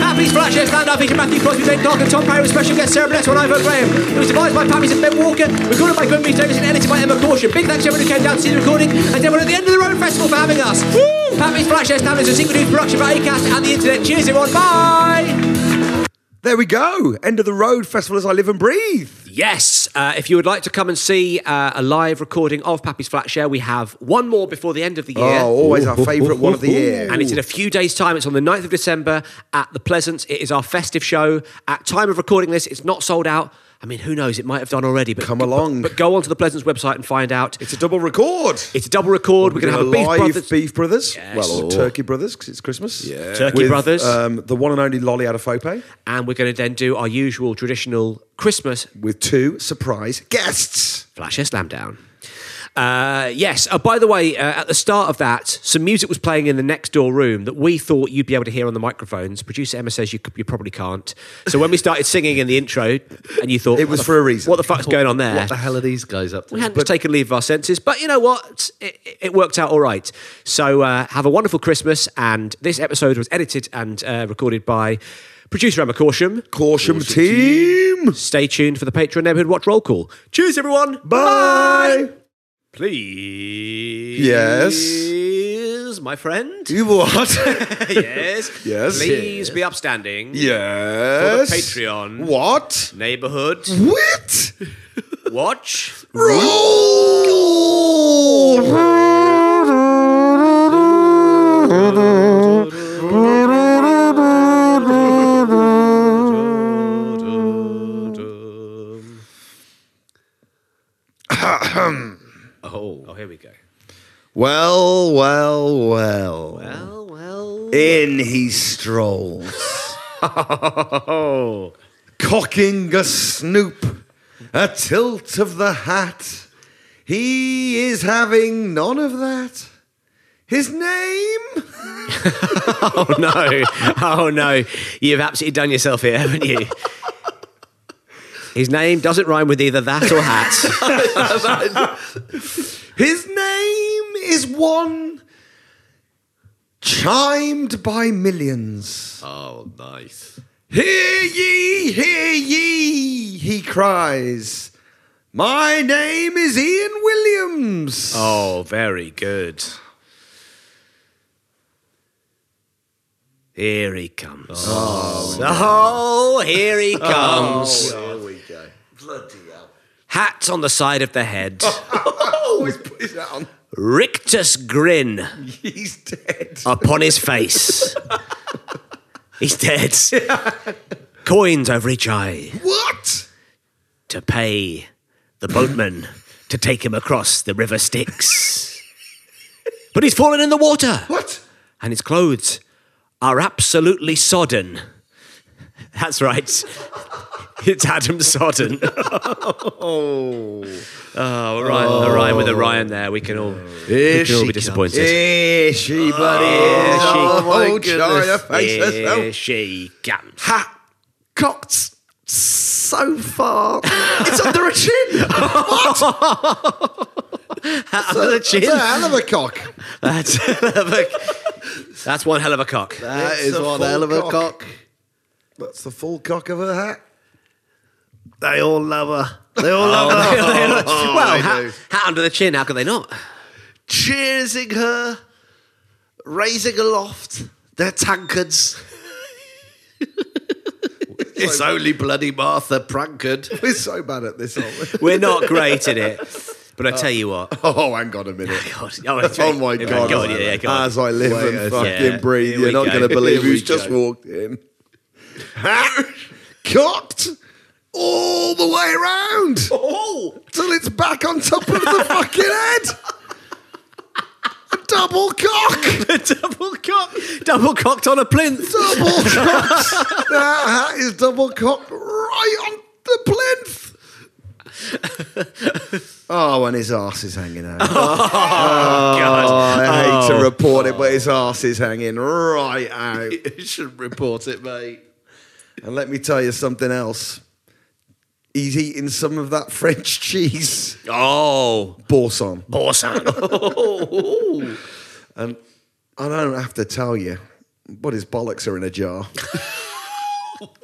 S2: Pappy's Flatshare Slamdown featuring Matthew Crosby, Jane Clark, and Tom Perry with special guest Sarah Bonetto and Ivo Graham. It was devised by Pappy's and Ben Walker, recorded by Grimby Davis and edited by Emma Caution. Big thanks to everyone who came down to see the recording, and everyone at the end of the road festival for having us. Pappy's Flatshare Slamdown is a secret production by ACAST and the internet. Cheers, everyone. Bye.
S1: There we go. End of the road festival as I live and breathe.
S2: Yes, uh, if you would like to come and see uh, a live recording of Pappy's Flat Share, we have one more before the end of the year.
S1: Oh, always our favourite one of the year.
S2: And it's in a few days' time. It's on the 9th of December at The Pleasance. It is our festive show. At time of recording this, it's not sold out. I mean, who knows? It might have done already. But come along. But, but go onto the Pleasance website and find out. It's
S1: a double record.
S2: It's a double record. We're,
S1: We're
S2: going to have a
S1: doing
S2: Beef
S1: a live
S2: Brothers.
S1: Beef Brothers.
S2: Yes.
S1: Well,
S2: Oh.
S1: or Turkey Brothers because it's Christmas. Yeah.
S2: Turkey Brothers.
S1: Um, the one and only Lolly Adafope.
S2: And we're going to then do our usual traditional Christmas
S1: with two surprise guests.
S2: Flash eh? Slam down. Uh, yes. Uh, by the way, uh, at the start of that, some music was playing in the next door room that we thought you'd be able to hear on the microphones. Producer Emma says you, c- you probably can't. So when we started singing in the intro, and you thought
S3: It
S2: "What
S3: was
S2: the
S3: for
S2: f-
S3: a reason."
S2: What the fuck's going on there?
S3: What the hell are these guys up to?
S2: We hadn't taken leave of our senses, but you know what? It, it- it worked out all right. So uh, have a wonderful Christmas. And this episode was edited and uh, recorded by producer Emma Corsham.
S1: Corsham team.
S2: Stay tuned for the Patreon Neighborhood Watch Roll Call. Cheers, everyone.
S1: Bye.
S2: Please.
S1: Yes. <laughs>
S2: My friend.
S1: You what?
S2: yes.
S1: Yes.
S2: Please be upstanding.
S1: Yes.
S2: For the Patreon.
S1: What?
S2: Neighborhood.
S1: <laughs> What?
S2: Watch.
S1: <laughs>
S2: <laughs>
S1: Ahem.
S2: Oh. Oh, here we go.
S1: Well, well, well. Well,
S2: well.
S1: In he strolls. Cocking a snoop, a tilt of the hat. He is having none of that. His name?
S2: Oh,
S1: <laughs>
S2: no. Oh, no. You've absolutely done yourself here,
S1: <laughs>
S2: haven't you? His name doesn't rhyme with either that or hat.
S1: His name is one chimed by millions.
S3: Oh, nice.
S1: Hear ye, hear ye, he cries. My name is Ian Williams.
S2: oh, very good. Here he comes. Oh, here
S3: <laughs>
S2: he comes.
S3: Oh, here we go. Bloody hell.
S2: Hat on the side of the head.
S3: <laughs> oh, he's put his hat on.
S2: Rictus grin
S3: He's dead.
S2: upon his face. He's dead. Coins over each eye.
S1: What?
S2: to pay the boatman to take him across the river Styx. but he's fallen in the water.
S1: What?
S2: And his clothes are absolutely sodden. That's right. It's Adam
S1: <laughs>
S2: Sodden. oh, all right. A rhyme with a rhyme there. We can all, we can all be disappointed.
S3: Eh,
S1: Here she bloody is.
S2: Oh,
S1: Oh,
S2: my
S1: old China
S2: goodness.
S1: face herself.
S2: Here she comes.
S1: Ha! Cocked so far. it's under a chin. what?
S2: That's a-
S1: that's a hell of a cock.
S2: That's, a hell of a, that's one hell of a cock.
S1: <laughs> <laughs>
S2: <laughs>
S1: That is one hell of a cock. That's the full cock of her hat.
S3: They all love her. They all love
S2: Oh,
S3: her.
S2: they- they love-
S3: Oh,
S2: well,
S3: they
S2: hat,
S3: do.
S2: hat under the chin. How could they not?
S1: Oh.
S3: Cheersing her, raising aloft their tankards. it's only bloody Martha <laughs> Prankard.
S1: We're so bad at this, aren't we?
S2: We're not great at it. But I tell you what.
S1: <laughs> Oh, hang on a minute.
S2: Oh, it's
S1: Oh
S2: very-
S1: my
S2: yeah,
S1: god!
S2: go on, yeah, yeah, go on.
S1: As I live
S2: Wait a
S1: and fucking
S2: second.
S1: breathe,
S2: Here
S1: you're
S2: we
S1: not
S2: go.
S1: going to believe
S2: Here we
S1: who's just
S2: go.
S1: walked in. <laughs> Ha! Cocked all the way
S2: <laughs>
S1: around. Oh! Till it's back on top of the fucking head. A double
S2: <laughs>
S1: cock.
S2: <laughs> double cock. Double cocked on a plinth.
S1: Double cocked. that hat is double cocked right on the plinth. oh, and his arse is hanging
S3: <laughs>
S1: out.
S3: Oh, God.
S1: I hate
S3: Oh.
S1: to report it, but his arse is hanging right
S3: <laughs>
S1: out.
S3: You should report it, mate.
S1: and let me tell you something else. He's eating some of that French cheese.
S2: Oh.
S1: Borson.
S2: <laughs> Borson.
S1: and I don't have to tell you, but his bollocks are in a jar.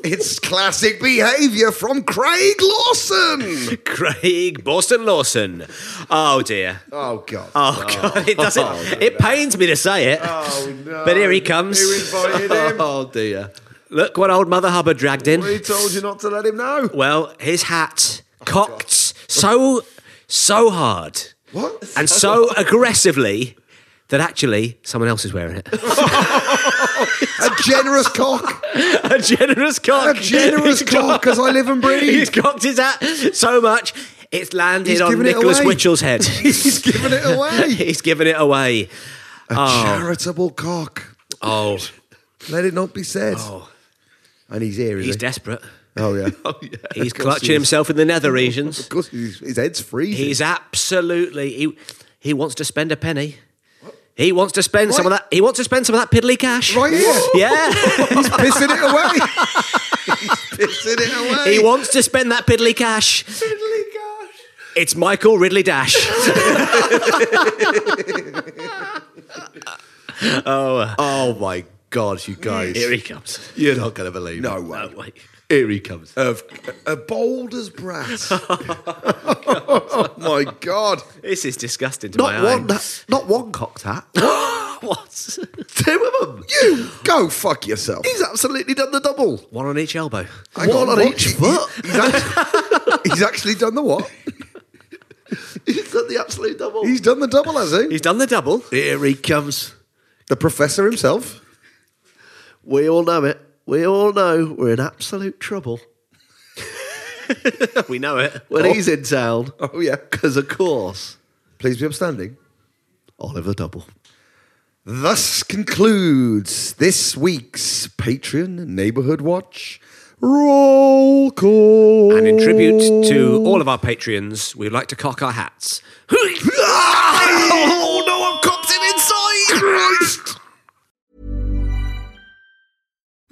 S1: it's classic behaviour from Craig Lawson.
S2: <laughs> Craig Boston Lawson. Oh dear.
S1: Oh God.
S2: Oh god. It doesn't. it pains me to say it.
S1: Oh no.
S2: But here he comes. <laughs>
S1: Who invited him?
S3: Oh dear.
S2: Look what old Mother Hubbard dragged in.
S3: We told you not to let him know.
S2: Well, his hat cocked so so hard.
S3: What?
S2: And so aggressively that actually someone else is wearing it. <laughs>
S3: A generous cock.
S2: A generous cock.
S3: A <laughs> generous
S2: He's
S3: cock,
S2: cocked-
S3: 'cause I live and breathe.
S2: He's cocked his hat so much, it's landed
S3: He's
S2: on
S3: given it
S2: Nicholas
S3: away.
S2: Witchell's head.
S3: <laughs> He's giving it away.
S2: <laughs> He's given it away.
S3: A
S2: Oh.
S3: charitable cock.
S2: oh.
S3: Let it not be said. And Oh. he's here, is
S2: He's
S3: he? <laughs>
S2: desperate.
S3: Oh yeah.
S2: He's
S3: Of course
S2: clutching
S3: he is.
S2: himself in the nether regions. Of
S3: course, his, head's freezing. <laughs>
S2: He's absolutely. He, he wants to spend a penny. He wants to spend some of that. He wants to spend some of that piddly cash. Right
S3: <laughs> here.
S2: <laughs> Yeah. He's
S3: pissing it <laughs> away. Pissing it away.
S2: He wants to spend that piddly cash. Piddly cash. It's Michael Ridley
S3: <laughs>
S2: Dash.
S3: oh. oh my God, you
S2: <laughs>
S3: guys.
S2: Here he comes.
S3: You're not going to believe no it. Way. Here he comes. Of, a bold as brass. <laughs> oh my God.
S2: This is disgusting to
S3: Not
S2: my
S3: one,
S2: eye.
S3: not one cocked hat.
S2: <laughs> what?
S3: Two of them. You go fuck yourself. He's absolutely done the double.
S2: One on each elbow.
S3: Hang
S2: One on
S3: what?
S2: each
S3: He's actually, <laughs> he's actually done the what? <laughs> he's done the absolute double. He's done the double, has he?
S2: He's done the double.
S3: Here he comes. The professor himself. We all know it. We all know we're in absolute trouble.
S2: we know it.
S3: When he's in town. Oh, yeah. Because, of course. Please be upstanding. Oliver Double. Thus concludes this week's Patreon Neighborhood Watch roll call.
S2: And in tribute to all of our patrons, we'd like to cock our hats.
S3: <laughs>
S2: <laughs>
S3: <laughs> oh no, I've cocked it inside! Christ!